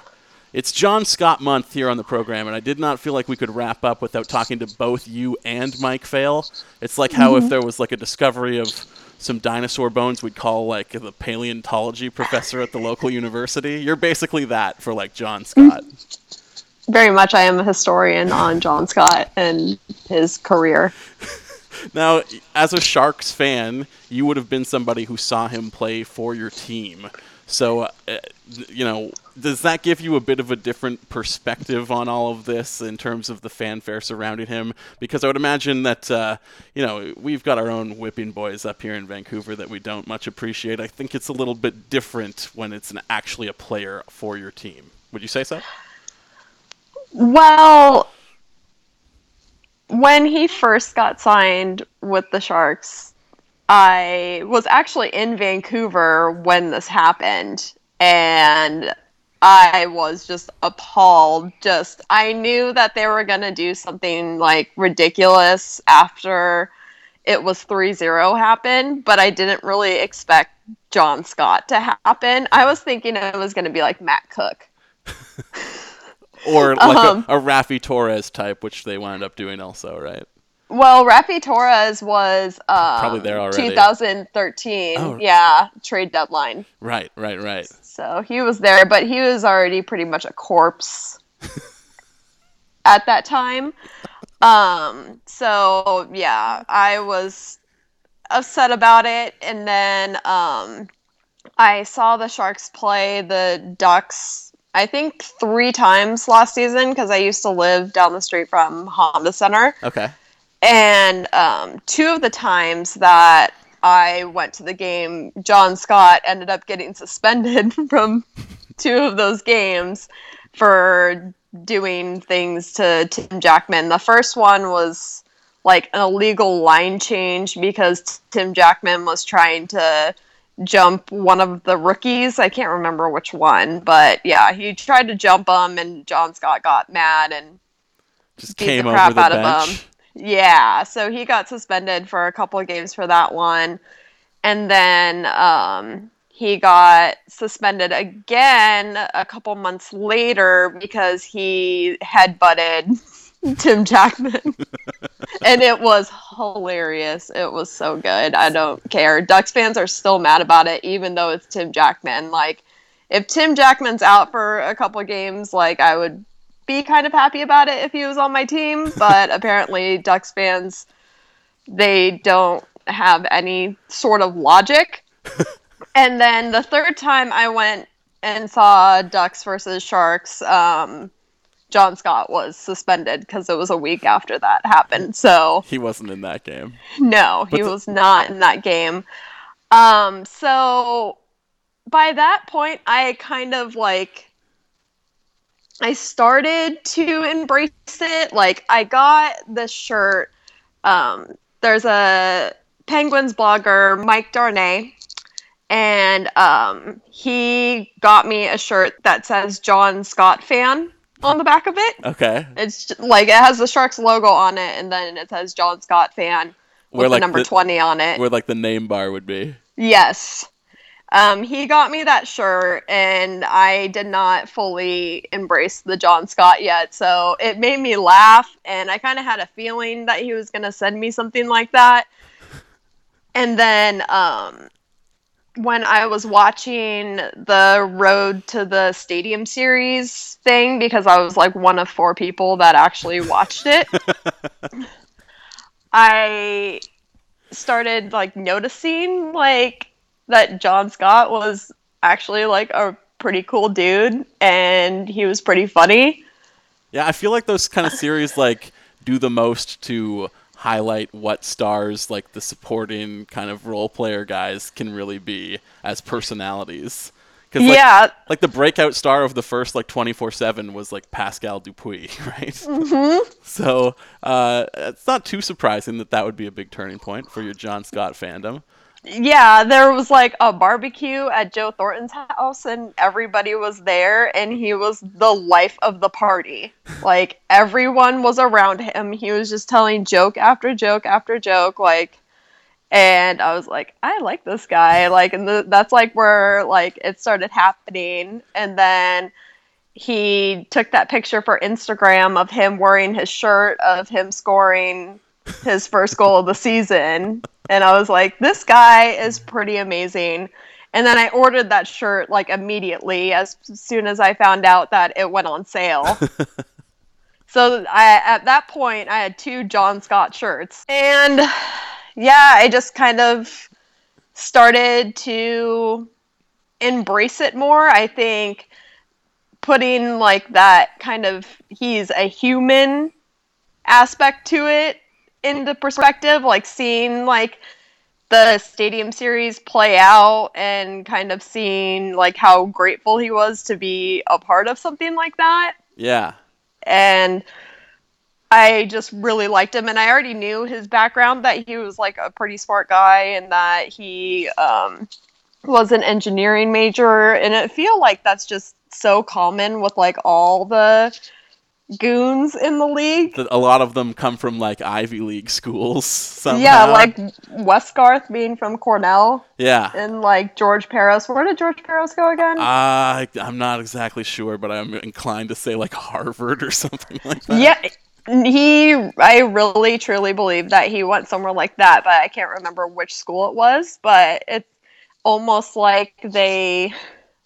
A: It's John Scott month here on the program, and I did not feel like we could wrap up without talking to both you and Mike Fail. It's like how if there was like a discovery of some dinosaur bones, we'd call like the paleontology professor at the local university. You're basically that for like John Scott.
I: Very much, I am a historian on John Scott and his career.
A: Now, as a Sharks fan, you would have been somebody who saw him play for your team. So, uh, you know, does that give you a bit of a different perspective on all of this in terms of the fanfare surrounding him? Because I would imagine that, uh, you know, we've got our own whipping boys up here in Vancouver that we don't much appreciate. I think it's a little bit different when it's an, actually a player for your team. Would you say so?
I: Well, when he first got signed with the Sharks, I was actually in Vancouver when this happened, and I was just appalled. Just I knew that they were going to do something like ridiculous after it was 3-0 happen, but I didn't really expect John Scott to happen. I was thinking it was going to be like Matt Cook.
A: Or like
I: Um.
A: a, a Rafi Torres type, which they wound up doing also, right?
I: Well, Rafi Torres was um,
A: Probably there already.
I: 2013.
A: Oh.
I: Yeah, trade deadline.
A: Right, right, right.
I: So he was there, but he was already pretty much a corpse at that time. Um, so yeah, I was upset about it, and then um, I saw the Sharks play the Ducks. I think three times last season because I used to live down the street from Honda Center.
A: Okay.
I: And um, two of the times that I went to the game, John Scott ended up getting suspended from two of those games for doing things to Tim Jackman. The first one was like an illegal line change because Tim Jackman was trying to jump one of the rookies. I can't remember which one, but yeah, he tried to jump him, and John Scott got mad and
A: Just
I: Beat
A: came
I: the
A: over
I: crap
A: the
I: out of
A: bench.
I: 'em. yeah, so he got suspended for a couple of games for that one. And then um, he got suspended again a couple months later because he headbutted Tim Jackman. and it was hilarious. It was so good. I don't care. Ducks fans are still mad about it, even though it's Tim Jackman. Like, if Tim Jackman's out for a couple of games, like, I would be kind of happy about it if he was on my team, but apparently Ducks fans they don't have any sort of logic. and then the third time I went and saw Ducks versus Sharks, um, John Scott was suspended because it was a week after that happened. So
A: He wasn't in that game.
I: no, he
A: But the-
I: was not in that game. Um, so by that point, I kind of like I started to embrace it. Like I got this shirt. Um, there's a Penguins blogger, Mike Darnay, and um, he got me a shirt that says John Scott fan on the back of it.
A: Okay.
I: It's just, like it has the Sharks logo on it, and then it says John Scott fan
A: Where,
I: with
A: like,
I: the number
A: the-
I: twenty on it.
A: Where like the name bar would be.
I: Yes, um, he got me that shirt, and I did not fully embrace the John Scott yet, so it made me laugh, and I kind of had a feeling that he was gonna send me something like that. And then um, when I was watching the Road to the Stadium series thing, because I was like one of four people that actually watched it, I started like noticing like that John Scott was actually like a pretty cool dude and he was pretty funny.
A: Yeah, I feel like those kind of series like do the most to highlight what stars like the supporting kind of role player guys can really be as personalities. 'Cause, like,
I: yeah,
A: Like the breakout star of the first like 24/7 was like Pascal Dupuis, right? Mm-hmm. So uh, it's not too surprising that that would be a big turning point for your John Scott fandom.
I: yeah, there was like a barbecue at Joe Thornton's house and everybody was there and he was the life of the party. Like everyone was around him. He was just telling joke after joke after joke like and I was like, I like this guy. Like, and the, that's like where like it started happening. And then he took that picture for Instagram of him wearing his shirt of him scoring his first goal of the season. And I was like, this guy is pretty amazing. And then I ordered that shirt like immediately as soon as I found out that it went on sale. so I at that point I had two John Scott shirts. And yeah, I just kind of started to embrace it more. I think putting like that kind of he's a human aspect to it into perspective, like seeing like the stadium series play out and kind of seeing like how grateful he was to be a part of something like that
A: Yeah.
I: and I just really liked him. And I already knew his background that he was like a pretty smart guy and that he um, was an engineering major. And I feel like that's just so common with like all the goons in the league.
A: That a lot of them come from like Ivy League schools. Somehow.
I: Yeah, like Westgarth being from Cornell
A: yeah.
I: and like George Peros. Where did George Peros go again?
A: Ah, I I'm not exactly sure, but I'm inclined to say like Harvard or something like that.
I: yeah he i really truly believe that he went somewhere like that but i can't remember which school it was but it's almost like they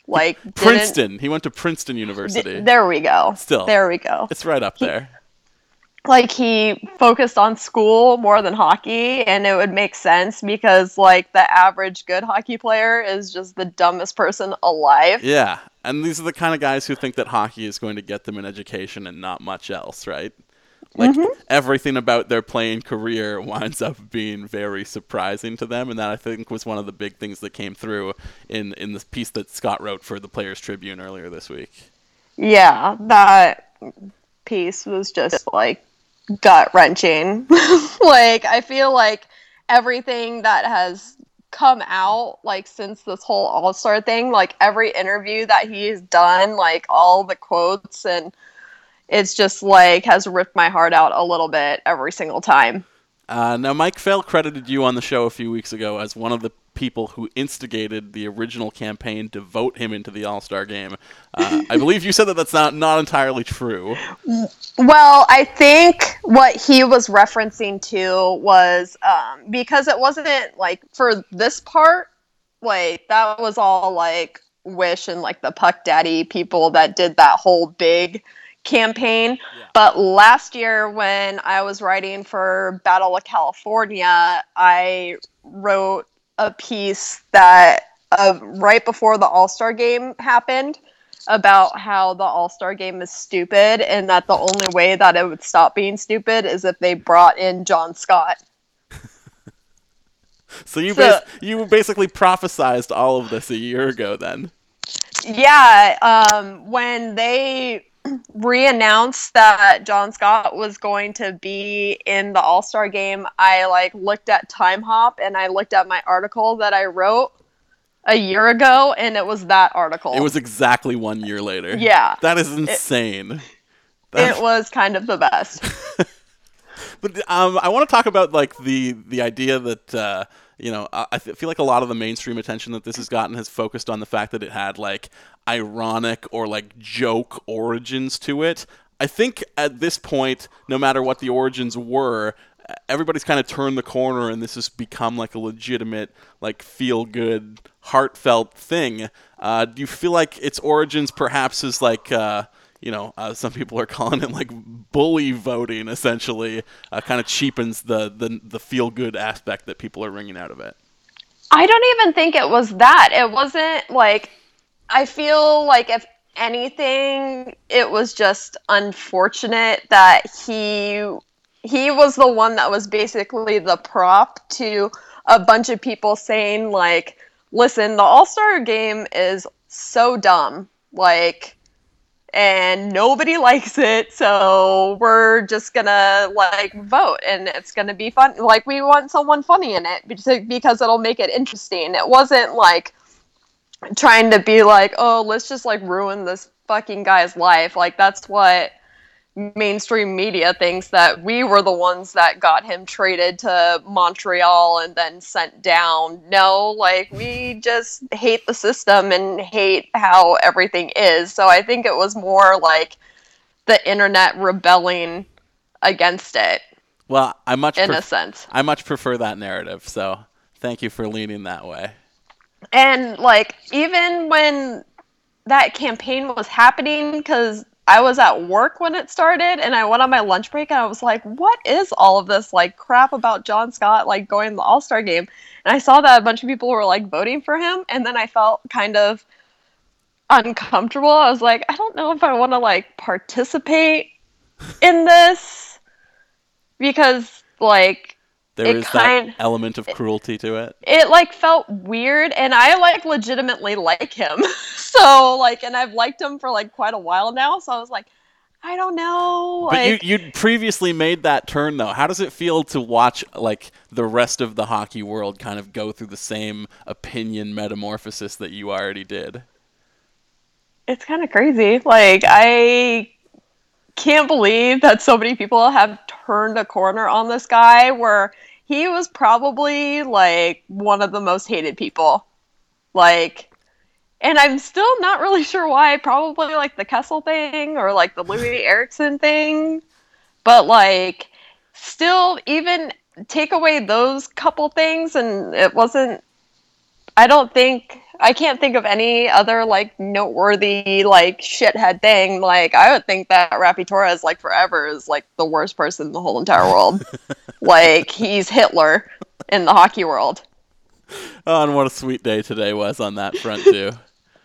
I: like didn't-
A: Princeton. He went to Princeton
I: Th-
A: University.
I: there we go
A: Still.
I: there we go
A: it's right up there.
I: like he focused on school more than hockey and it would make sense because like the average good hockey player is just the dumbest person alive
A: Yeah. And these are the kind of guys who think that hockey is going to get them an education and not much else, right? Like everything about their playing career winds up being very surprising to them, and that I think was one of the big things that came through in in this piece that Scott wrote for the Players Tribune earlier this week.
I: yeah that piece was just like gut wrenching like i feel like everything that has come out like since this whole all-star thing like every interview that he's done like all the quotes and it's just like has ripped my heart out a little bit every single time
A: Uh, now, Mike Fell credited you on the show a few weeks ago as one of the people who instigated the original campaign to vote him into the All Star game. Uh, I believe you said that that's not, not entirely true.
I: Well, I think what he was referencing to was um, because it wasn't like for this part, like that was all like Wish and like the Puck Daddy people that did that whole big campaign. But last year, when I was writing for Battle of California, I wrote a piece that uh, right before the All Star game happened about how the All Star game is stupid and that the only way that it would stop being stupid is if they brought in John Scott.
A: So you
I: So-
A: bas- you basically prophesized all of this a year ago. Then
I: Yeah, um, when they re announced that John Scott was going to be in the All Star game, I like looked at Time Hop and I looked at my article that I wrote a year ago and it was that article.
A: it was exactly one year later.
I: Yeah.
A: that is insane.
I: it was kind of the best.
A: But um, I want to talk about like the the idea that uh, you know I, I feel like a lot of the mainstream attention that this has gotten has focused on the fact that it had like ironic or like joke origins to it. I think at this point, no matter what the origins were, e, everybody's kind of turned the corner, and this has become like a legitimate, like feel good, heartfelt thing. Uh, do you feel like its origins perhaps is like? Uh, you know, uh, some people are calling it like bully voting. Essentially, uh, kind of cheapens the the, the feel good aspect that people are wringing out of it.
I: I don't even think it was that. It wasn't like I feel like if anything, it was just unfortunate that he he was the one that was basically the prop to a bunch of people saying like, "Listen, the All Star game is so dumb." Like and nobody likes it so we're just gonna like vote and it's gonna be fun like we want someone funny in it because because it'll make it interesting it wasn't like trying to be like oh let's just like ruin this fucking guy's life like that's what mainstream media thinks that we were the ones that got him traded to Montreal and then sent down. No, like we just hate the system and hate how everything is. So I think it was more like the internet rebelling against it
A: Well, I much
I: in a
A: pref-
I: sense.
A: I much prefer that narrative. So thank you for leaning that way.
I: And like even when that campaign was happening cuz I was at work when it started and I went on my lunch break and I was like, what is all of this like crap about John Scott like going to the All Star game? And I saw that a bunch of people were like voting for him and then I felt kind of uncomfortable. I was like, I don't know if I want to like participate in this because like
A: There
I: It
A: is
I: kind-
A: that element of cruelty to it.
I: it like felt weird and i like legitimately like him so like and i've liked him for like quite a while now so i was like i don't know like
A: but you you previously made that turn though. How does it feel to watch like the rest of the hockey world kind of go through the same opinion metamorphosis that you already did?
I: it's kind of crazy like i can't believe that so many people have turned a corner on this guy where he was probably like one of the most hated people like and i'm still not really sure why probably like the kessel thing or like the louis erickson thing but like still even take away those couple things and it wasn't i don't think i can't think of any other like noteworthy like shithead thing like i would think that Rafi torres like forever is like the worst person in the whole entire world like he's hitler in the hockey world
A: Oh, and what a sweet day today was on that front too.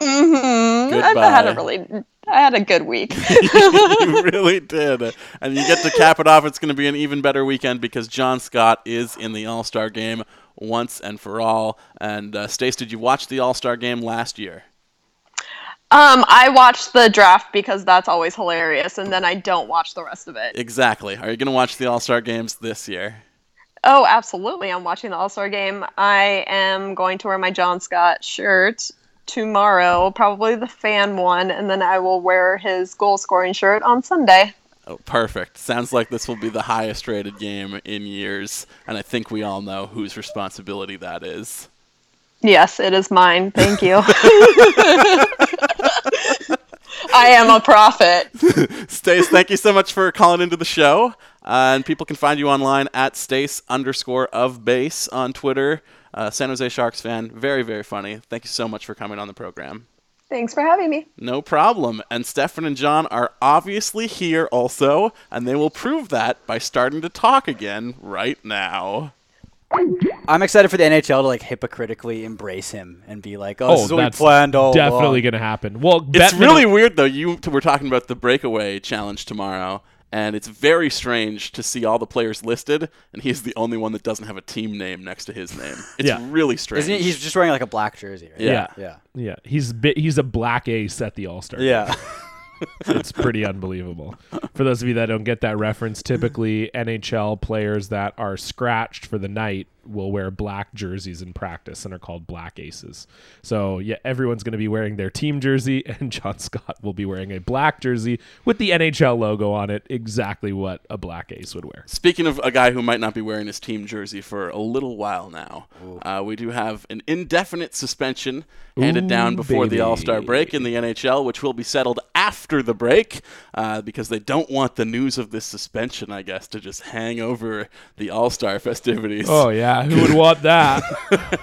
I: hmm I've had a
A: Goodbye.
I: really i had a good week
A: you really did. And you get to cap it off. It's going to be an even better weekend because John Scott is in the All Star game once and for all. And uh, Stace, did you watch the All Star game last year?
I: Um, I watched the draft because that's always hilarious, and then I don't watch the rest of it.
A: Exactly. Are you going to watch the All Star games this year?
I: Oh, absolutely. I'm watching the All Star game. I am going to wear my John Scott shirt tomorrow, probably the fan one, and then I will wear his goal scoring shirt on Sunday.
A: Oh, perfect. Sounds like this will be the highest rated game in years. And I think we all know whose responsibility that is.
I: Yes, it is mine. Thank you. I am a prophet.
A: Stace, thank you so much for calling into the show. Uh, and people can find you online at Stace underscore of base on Twitter. Uh, San Jose Sharks fan, very, very funny. Thank you so much for coming on the program.
I: Thanks for having me.
A: No problem. And Stefan and John are obviously here also, and they will prove that by starting to talk again right now.
D: I'm excited for the NHL to like hypocritically embrace him and be like, "Oh, this
C: Oh,
D: is what we
C: that's
D: planned all
C: definitely
D: along.
C: going to happen. Well,
A: It's
C: Bettman-
A: really weird though. You t- were talking about the breakaway challenge tomorrow, and it's very strange to see all the players listed, and he's the only one that doesn't have a team name next to his name. It's
C: Yeah.
A: really strange.
D: Isn't he, he's just wearing like a black jersey, right?
C: yeah. yeah.
D: yeah,
C: he's bi- he's a black ace at the All Star.
D: yeah.
C: it's pretty unbelievable. For those of you that don't get that reference, typically NHL players that are scratched for the night will wear black jerseys in practice and are called black aces. So, yeah, everyone's going to be wearing their team jersey, and John Scott will be wearing a black jersey with the NHL logo on it, exactly what a black ace would wear.
A: Speaking of a guy who might not be wearing his team jersey for a little while now, uh, we do have an indefinite suspension handed
C: Ooh,
A: down before
C: baby.
A: the All Star break in the NHL, which will be settled after the break uh, because they don't want the news of this suspension, I guess, to just hang over the All Star festivities.
C: yeah, who would want that?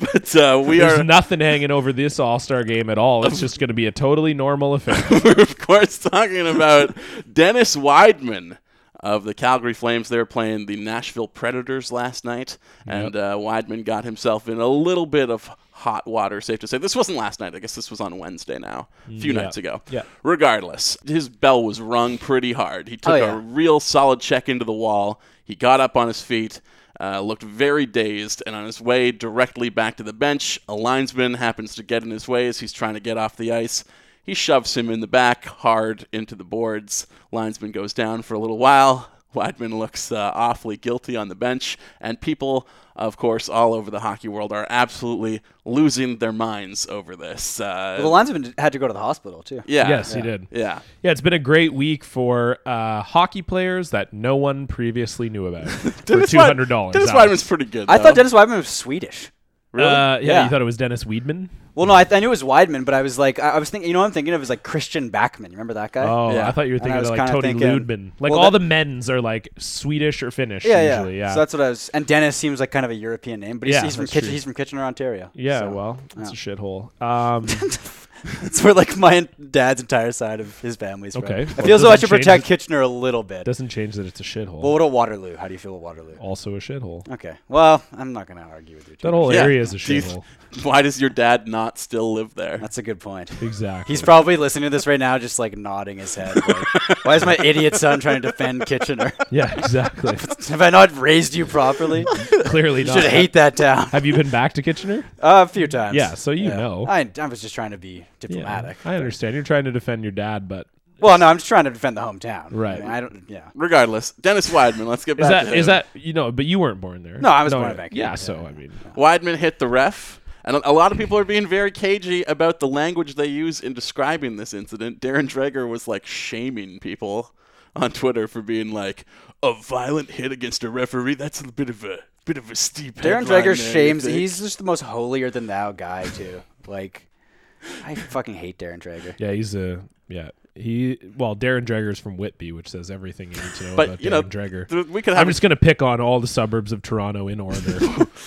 A: but uh, we
C: There's
A: are,
C: nothing hanging over this All Star game at all. It's just going to be a totally normal affair.
A: we're of course, talking about Dennis Weidman. Of the Calgary Flames, they were playing the Nashville Predators last night, and uh, Weidman got himself in a little bit of hot water. Safe to say, this wasn't last night. I guess this was on Wednesday now, a few
C: Yeah.
A: nights ago.
C: Yeah.
A: Regardless, his bell was rung pretty hard. He took
D: Oh,
A: a
D: yeah.
A: real solid check into the wall. He got up on his feet, uh, looked very dazed, and on his way directly back to the bench, a linesman happens to get in his way as he's trying to get off the ice. He shoves him in the back hard into the boards. Linesman goes down for a little while. Weidman looks uh, awfully guilty on the bench, and people, of course, all over the hockey world are absolutely losing their minds over this. Uh,
D: Well, the linesman had to go to the hospital too.
A: yeah.
C: yes, he did.
A: Yeah.
C: Yeah, it's been a great week for uh, hockey players that no one previously knew about for
A: Dennis
C: two hundred dollars.
A: Dennis Weidman's pretty good.
D: I
A: though.
D: thought Dennis Weidman was Swedish.
C: Really? Uh, yeah,
D: Yeah.
C: you thought it was Dennis Weidman?
D: Well, no, I, th- I knew it was Weidman, but I was like, I, I was thinking, you know, what I'm thinking of is like Christian Backman. You remember that guy?
C: Oh,
A: Yeah.
C: I thought you were
D: Uh, And I
C: thinking of
D: was
C: like
D: kinda
C: Tony
D: thinking-
C: Ludman. Like
D: well,
C: all
D: that-
C: the men's are like Swedish or Finnish
D: yeah,
C: usually.
D: yeah.
C: Yeah.
D: So that's what I was. And Dennis seems like kind of a European name, but he's,
C: Yeah,
D: he's from
C: that's
D: Kitchen,
C: true.
D: he's from Kitchener, Ontario.
C: yeah,
D: so.
C: well, it's a shithole. Um,
D: it's where like my dad's entire side of his family's from.
C: Okay.
D: I
C: Well,
D: feel as though I
C: doesn't
D: should
C: change
D: protect
C: it-
D: Kitchener a little bit.
C: Doesn't change that it's a shithole.
D: well, what about Waterloo? How do you feel about Waterloo?
C: also a shithole.
D: Okay. Well, I'm not gonna argue with you. Too
C: That
D: much.
C: whole
A: Yeah.
C: area is a
A: Do you-
C: shithole.
A: Why does your dad not still live there?
D: That's a good point.
C: Exactly.
D: He's probably listening to this right now, just like nodding his head. like, Why is my idiot son trying to defend Kitchener?
C: yeah, exactly.
D: Have I not raised you properly?
C: Clearly
D: You
C: not.
D: should hate that town.
C: Have you been back to Kitchener?
D: Uh, a few times.
C: Yeah, so you know.
D: I, I was just trying to be diplomatic.
C: I understand. You're trying to defend your dad, but
D: Well, no, I'm just trying to defend the hometown.
C: Right.
D: I, mean, I don't. Yeah.
A: Regardless, Dennis Weidman. Let's get
C: is
A: back.
C: that
A: to
C: is
A: him.
C: that you know? But you weren't born there.
D: No, I was born in Vancouver,
C: Yeah,
D: yeah.
C: so I mean,
A: Weidman hit the ref. And a lot of people are being very cagey about the language they use in describing this incident. Darren Dreger was like shaming people on Twitter for being like a violent hit against a referee. That's a bit of a bit of a steep.
D: Darren
A: headline
D: Dreger
A: there, you
D: shames.
A: think?"
D: He's just the most holier than thou guy too. like, I fucking hate Darren Dreger.
C: yeah, he's a yeah. He well, Darren Dreger's from Whitby, which says everything you need to know about
A: but you
C: Darren
A: know,
C: Dreger.
A: th- we could
C: I'm
A: have
C: just gonna pick on all the suburbs of Toronto in order.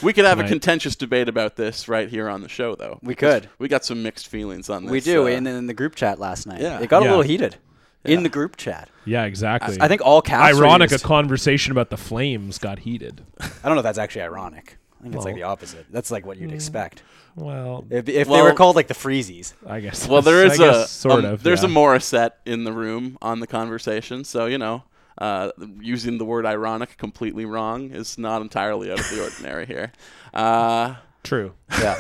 A: we could have a
C: Right.
A: contentious debate about this right here on the show, though.
D: We could.
A: We got some mixed feelings on this.
D: We do,
A: uh,
D: and in the group chat last night,
A: Yeah.
D: it got
C: Yeah.
D: a little heated. In the group chat,
C: yeah, exactly.
D: I think all caps. were
C: ironic. A
D: used.
C: conversation about the Flames got heated.
D: I don't know if that's actually ironic. I think it's like
C: Well-
D: the opposite. That's like what you'd expect.
C: Well,
D: If, if
A: Well-
D: they were called like the Freezies,
C: I guess.
A: Well, there
C: I
A: is
C: guess
A: a
C: sort
A: um,
C: of.
A: There's a
C: yeah.
A: Morissette in the room on the conversation, so you know, uh, using the word ironic completely wrong is not entirely out of the ordinary here. Uh,
C: true.
D: yeah,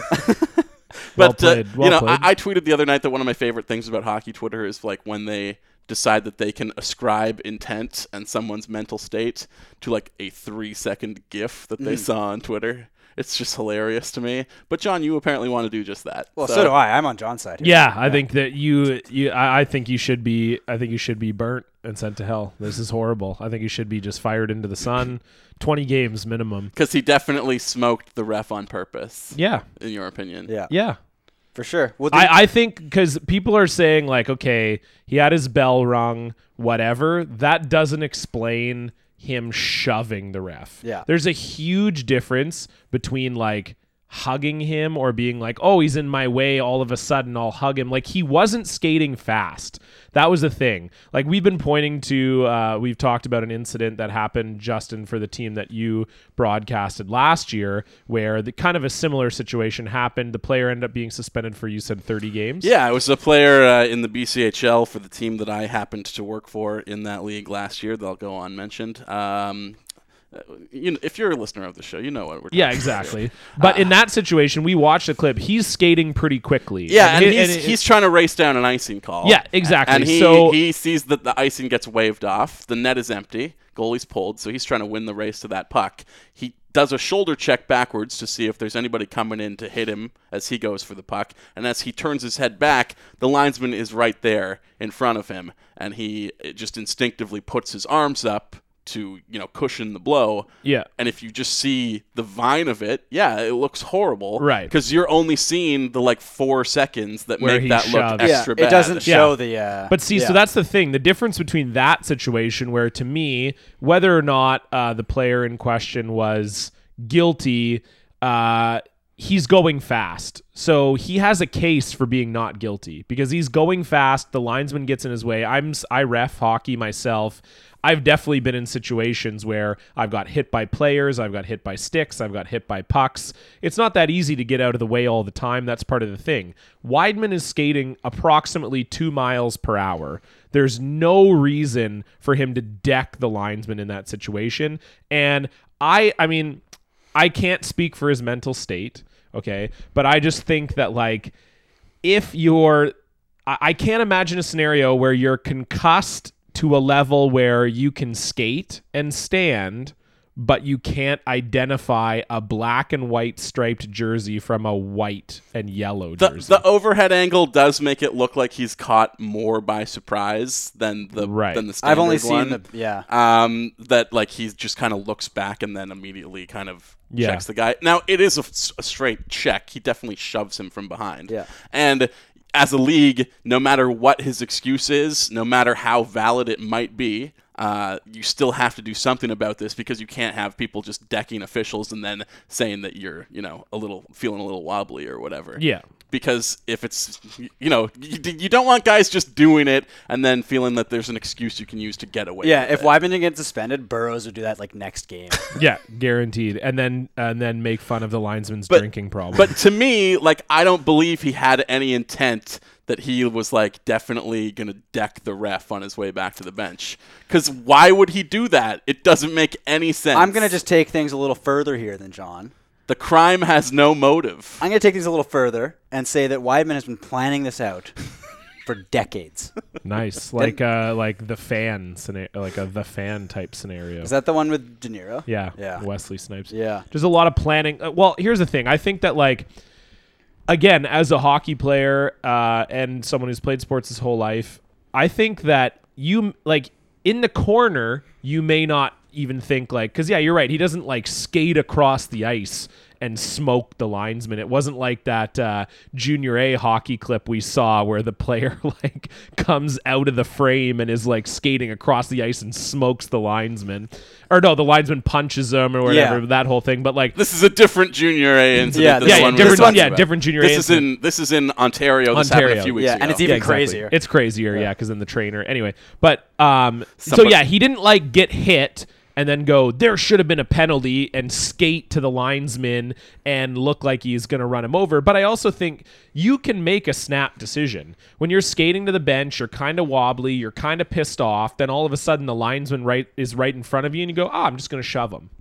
C: Well
A: but uh,
C: played, well
A: you know,
C: played.
A: I, I tweeted the other night that one of my favorite things about hockey Twitter is like when they decide that they can ascribe intent and someone's mental state to like a three second GIF that they
D: Mm.
A: saw on Twitter. It's just hilarious to me. But John, you apparently want to do just that.
D: Well, so, do I. I'm on John's side. Here.
C: Yeah, I think that you, you I, I think you should be, I think you should be burnt and sent to hell. This is horrible. I think you should be just fired into the sun. Twenty games minimum.
A: Because he definitely smoked the ref on purpose.
C: Yeah,
A: In your opinion.
D: Yeah.
C: yeah.
D: for sure. Well, the-
C: I, I think because people are saying like, okay, he had his bell rung, whatever. That doesn't explain him shoving the ref.
D: Yeah.
C: there's a huge difference between like hugging him or being like, oh, he's in my way. All of a sudden, I'll hug him. Like he wasn't skating fast. That was the thing. Like we've been pointing to, uh, we've talked about an incident that happened, Justin, for the team that you broadcasted last year, where the kind of a similar situation happened. The player ended up being suspended for you said 30 games.
A: Yeah, I was a player uh, in the BCHL for the team that I happened to work for in that league last year. That'll go unmentioned. Um, uh, you know, if you're a listener of the show, you know what we're. Talking
C: Yeah,
A: about here.
C: exactly. But in that situation, we watched the clip. He's skating pretty quickly.
A: Yeah, and,
C: hi-
A: he's,
C: it-
A: he's trying to race down an icing call.
C: Yeah, exactly.
A: And he,
C: So-
A: he sees that the icing gets waved off. The net is empty. Goalie's pulled, so he's trying to win the race to that puck. He does a shoulder check backwards to see if there's anybody coming in to hit him as he goes for the puck. And as he turns his head back, the linesman is right there in front of him, and he uh, just instinctively puts his arms up to you know cushion the blow.
C: Yeah.
A: And if you just see the vine of it, yeah, it looks horrible.
C: Right.
A: Because you're only seeing the like four seconds that
C: Where he
A: make that look
C: shoves.
D: yeah,
A: extra bad.
D: it doesn't
C: Yeah.
D: show the. Uh,
C: But see,
D: yeah.
C: so that's the thing. The difference between that situation, where to me, whether or not uh, the player in question was guilty, uh, he's going fast. So he has a case for being not guilty because he's going fast. The linesman gets in his way. I'm s- I ref hockey myself. I've definitely been in situations where I've got hit by players, I've got hit by sticks, I've got hit by pucks. It's not that easy to get out of the way all the time. That's part of the thing. Weidman is skating approximately two miles per hour. There's no reason for him to deck the linesman in that situation. And I, I mean, I can't speak for his mental state, okay? But I just think that, like, if you're I, I can't imagine a scenario where you're concussed to a level where you can skate and stand but you can't identify a black and white striped jersey from a white and yellow
A: The,
C: jersey.
A: the overhead angle does make it look like he's caught more by surprise than the
C: Right.
A: than the standard
D: I've only seen
A: one.
D: the. Yeah.
A: um, that like he just kind of looks back and then immediately kind of
C: Yeah.
A: checks the guy. Now it is a, f- a straight check. He definitely shoves him from behind.
D: Yeah.
A: And as a league, no matter what his excuse is, no matter how valid it might be, uh, you still have to do something about this because you can't have people just decking officials and then saying that you're, you know, a little feeling a little wobbly or whatever.
C: yeah.
A: because if it's you know you, you don't want guys just doing it and then feeling that there's an excuse you can use to get away.
D: Yeah,
A: with
D: if
A: it.
D: Wyman didn't get suspended, Burrows would do that like next game.
C: yeah, guaranteed. And then and then make fun of the linesman's
A: But-
C: drinking problem.
A: But to me, like I don't believe he had any intent that he was like definitely gonna deck the ref on his way back to the bench. Because why would he do that? It doesn't make any sense.
D: I'm gonna just take things a little further here than John.
A: the crime has no motive.
D: I'm gonna take things a little further and say that Weidman has been planning this out for decades.
C: nice, like uh, like the fan scenario, like a the fan type scenario.
D: Is that the one with De Niro?
C: Yeah.
D: Yeah.
C: Wesley Snipes.
D: Yeah.
C: There's a lot of planning. Uh, well, here's the thing. I think that like again, as a hockey player uh, and someone who's played sports his whole life, I think that you like in the corner, you may not even think like because yeah, you're right. He doesn't like skate across the ice and smoke the linesman. It wasn't like that uh, junior A hockey clip we saw where the player like comes out of the frame and is like skating across the ice and smokes the linesman, or no, the linesman punches him or whatever.
D: Yeah.
C: That whole thing, but like
A: This is a different junior A incident.
D: Yeah,
A: than
D: yeah,
A: the
D: yeah,
A: one we
C: different-
A: just talked
C: yeah,
A: about.
C: different junior A
A: This is in this is in Ontario. This happened a
C: Ontario.
A: few weeks
D: Yeah,
A: ago.
D: and it's even
C: exactly.
D: crazier.
C: It's crazier, yeah, because then the trainer. Anyway, but um, so
A: Somebody-
C: yeah, he didn't like get hit and then go. There should have been a penalty and skate to the linesman and look like he's going to run him over. But I also think you can make a snap decision when you're skating to the bench. You're kind of wobbly. You're kind of pissed off. Then all of a sudden, the linesman right is right in front of you, and you go, "Ah, I'm just going to shove him."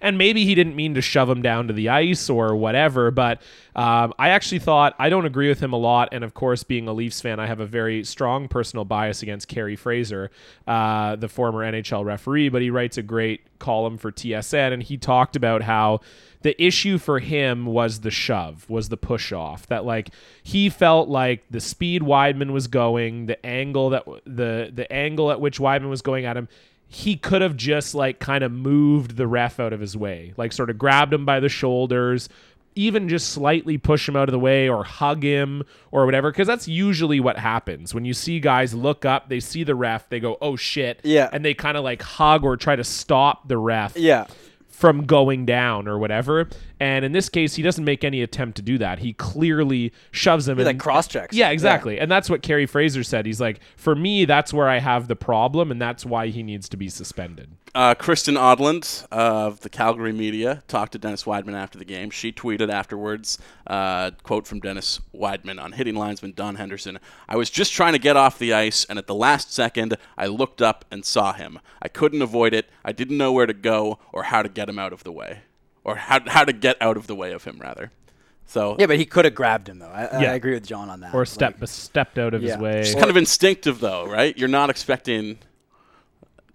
C: and maybe he didn't mean to shove him down to the ice or whatever. But um, I actually thought I don't agree with him a lot. And of course, being a Leafs fan, I have a very strong personal bias against Kerry Fraser, uh, the former NHL referee. But he writes a great column for TSN, and he talked about how the issue for him was the shove, was the push off. That like he felt like the speed Weidman was going, the angle that the the angle at which Weidman was going at him he could have just like kind of moved the ref out of his way, like sort of grabbed him by the shoulders, even just slightly push him out of the way or hug him or whatever. Cause that's usually what happens when you see guys look up, they see the ref, they go, oh shit.
D: Yeah.
C: And they kind of like hug or try to stop the ref
D: Yeah.
C: from going down or whatever. And in this case, he doesn't make any attempt to do that. He clearly shoves him
D: He,
C: and
D: like cross checks.
C: yeah, exactly. And that's what Kerry Fraser said. He's like, for me, that's where I have the problem, and that's why he needs to be suspended.
A: Uh, Kristen Odland of the Calgary Media talked to Dennis Weidman after the game. She tweeted afterwards, uh, quote from Dennis Weidman on hitting linesman Don Henderson, I was just trying to get off the ice, and at the last second, I looked up and saw him. I couldn't avoid it. I didn't know where to go or how to get him out of the way. Or how, how to get out of the way of him, rather. So
D: Yeah, but he could have grabbed him though. I, I
C: Yeah.
D: agree with John on that.
C: Or
D: Like,
C: step stepped out of
D: yeah.
C: his way.
A: it's kind of instinctive, though, right? You're not expecting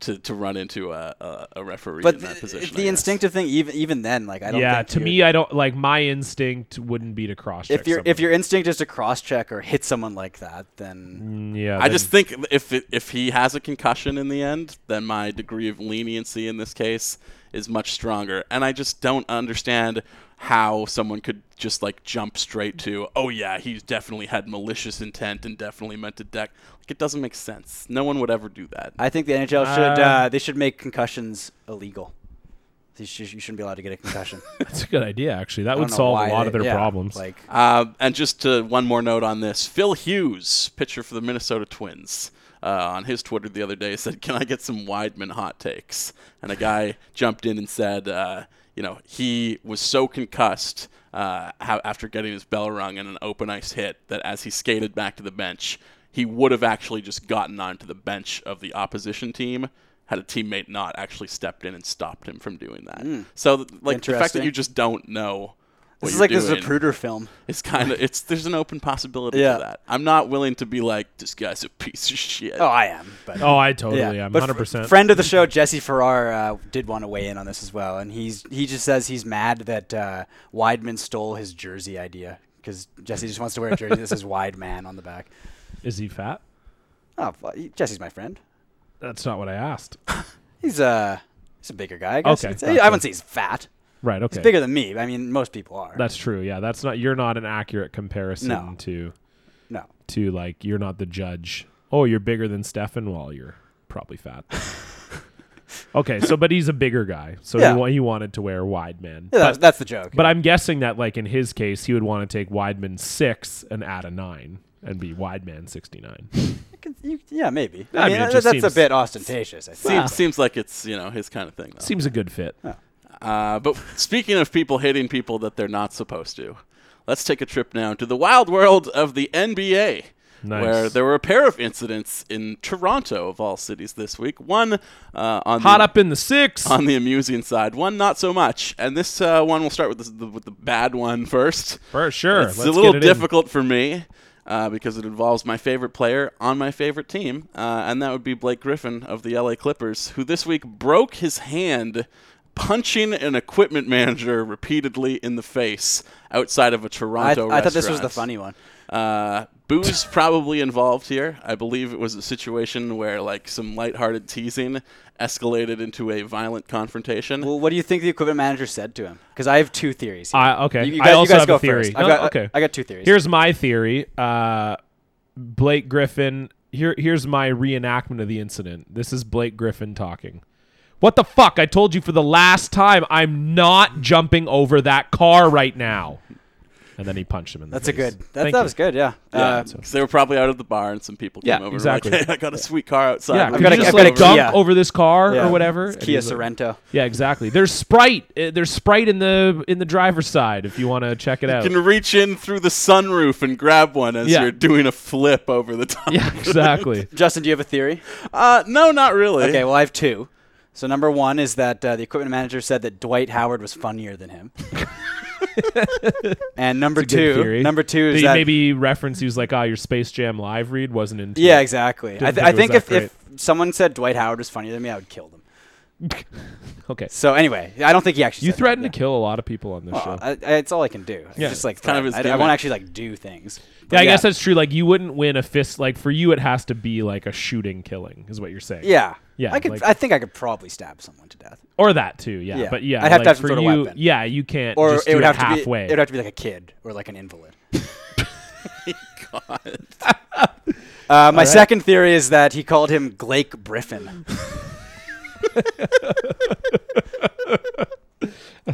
A: to, to run into a, a, a referee
D: but
A: in that
D: the,
A: position. I
D: the
A: guess.
D: instinctive thing, even even then, like I don't.
C: Yeah,
D: think
C: to
D: you-
C: me, I don't like my instinct wouldn't be to cross check.
D: if your if your instinct is to cross check or hit someone like that, then
C: yeah,
A: I just think if it, if he has a concussion in the end, then my degree of leniency in this case is much stronger. And I just don't understand how someone could just like jump straight to, oh yeah, he's definitely had malicious intent and definitely meant to deck. Like it doesn't make sense. No one would ever do that.
D: I think the NHL should
C: Uh,
D: uh, they should make concussions illegal. You, sh- you shouldn't be allowed to get a concussion.
C: that's a good idea. Actually, that
D: I don't
C: would
D: know
C: solve
D: why
C: a lot
D: they-
C: of their
D: yeah,
C: problems.
D: Like
A: Uh, and just to, one more note on this Phil Hughes, pitcher for the Minnesota Twins, uh, on his Twitter the other day said, Can I get some Weidman hot takes? And a guy jumped in and said, uh, You know, he was so concussed. Uh, how, after getting his bell rung and an open ice hit, that as he skated back to the bench, he would have actually just gotten onto the bench of the opposition team had a teammate not actually stepped in and stopped him from doing that. So, th- like the fact that
D: Hmm. Interesting.
A: you just don't know. What
D: this is
A: you're
D: like
A: doing,
D: this is a Zapruder film.
A: it's kind of it's there's an open possibility
D: Yeah.
A: to that. I'm not willing to be like this guy's a piece of shit.
D: Oh, I am. But
C: oh, I totally am.
D: But fr-
C: Hundred percent.
D: Friend of the show, Jesse Farrar, uh, did want to weigh in on this as well, and he's he just says he's mad that uh, Weidman stole his jersey idea because Jesse just wants to wear a jersey that says "Wide Man" on the back.
C: Is he fat?
D: Oh, fu- he- Jesse's my friend.
C: That's not what I asked.
D: He's uh, he's a bigger guy. I guess.
C: Okay,
D: It's-
C: gotcha.
D: I wouldn't say he's fat.
C: Right. Okay.
D: He's bigger than me. I mean, most people are.
C: That's true. Yeah, that's not. You're not an accurate comparison
D: No.
C: to
D: no.
C: to like. You're not the judge. Oh, you're bigger than Stefan. Well, you're probably fat. Okay, so but he's a bigger guy, so
D: Yeah.
C: he, wa- he wanted to wear wide man.
D: Yeah,
C: but,
D: that's, that's the joke.
C: but I'm guessing that like in his case, he would want to take Weidman six and add a nine and be Weidman sixty nine.
D: I could- you- yeah, maybe.
C: I
D: I mean,
C: mean, it
D: that-
C: just
D: that's a
C: seems-
D: bit ostentatious. I
A: Seems,
D: think.
A: seems like it's you know his kind of thing. Though.
C: Seems a good fit.
A: Uh, but speaking of people hitting people that they're not supposed to, let's take a trip now to the wild world of the NBA.
C: Nice.
A: Where there were a pair of incidents in Toronto, of all cities, this week. One uh, on
C: Hot
A: the,
C: up in the six.
A: on the amusing side, one not so much. And this uh, one, we'll start with, this, the, with the bad one first.
C: For sure.
A: It's
C: Let's
A: a little
C: get it in.
A: difficult for me uh, because it involves my favorite player on my favorite team, uh, and that would be Blake Griffin of the LA Clippers, who this week broke his hand punching an equipment manager repeatedly in the face outside of a
D: I,
A: Toronto
D: I thought this was the
A: restaurant.
D: funny one.
A: Uh, booze probably involved here. I believe it was a situation where like some lighthearted teasing escalated into a violent confrontation.
D: Well, what do you think the equipment manager said to him? Because I have two theories. here.
C: I- okay.
D: You, you
C: I
D: guys, you
C: also
D: guys
C: have a
D: go
C: theory.
D: First.
C: No,
D: I've got,
C: okay.
D: I, I got two theories.
C: Here's my theory. Uh, Blake Griffin. Here, here's my reenactment of the incident. This is Blake Griffin talking. What the fuck? I told you for the last time. I'm not jumping over that car right now. And then he punched him in the
D: that's a
C: face.
D: good. That,
C: Thank
D: that
C: you.
D: was good. Yeah. Uh,
A: Because they were probably out of the bar and some people
D: Yeah,
A: came over
C: exactly.
A: and were like, hey, I got a sweet car outside.
C: Yeah,
A: We're
C: could
D: got
C: you
D: a-
C: just
D: I've
C: like
D: got a
C: dunk
D: Kia.
C: over this car
D: yeah.
C: or whatever?
D: It's
C: And
D: Kia
C: he's like-
D: Sorrento.
C: yeah, exactly. There's Sprite. Uh, There's Sprite in the in the driver's side if you want to check it out.
A: You can reach in through the sunroof and grab one as
C: Yeah.
A: you're doing a flip over the top.
C: yeah, exactly.
D: Justin, do you have a theory?
A: Uh, no, not really.
D: Okay, well, I have two. So number one is that uh, the equipment manager said that Dwight Howard was funnier than him. and number
C: That's a good
D: two,
C: theory.
D: number two is
C: They
D: that
C: maybe reference he was like, ah, your Space Jam live read wasn't in.
D: yeah, exactly. I,
C: Didn't
D: th-
C: think
D: I
C: it
D: think
C: was that
D: if, if someone said Dwight Howard was funnier than me, I would kill them.
C: Okay.
D: So anyway, I don't think he actually.
C: You
D: said
C: threaten
D: that,
C: to kill a lot of people on this
D: yeah.
C: show.
D: Well, I, I, it's all I can do. Yeah,
C: Yeah.
D: just like
A: kind of his
D: threat. I, I
A: gimmick.
D: won't actually like do things. But
C: yeah, I guess that's true. Like you wouldn't win a fist. Like for you, it has to be like a shooting killing, is what you're saying.
D: Yeah.
C: Yeah,
D: I could.
C: like-
D: I think I could probably stab someone to death.
C: Or that too. Yeah.
D: Yeah.
C: But yeah,
D: I'd have to
C: like,
D: have some
C: for
D: sort of
C: you,
D: weapon.
C: Yeah, you can't.
D: Or
C: just
D: it
C: do
D: would have to be.
C: halfway.
D: It would have to be like a kid or like an invalid.
A: God.
D: Uh, my second theory is that he called him Glake Griffin.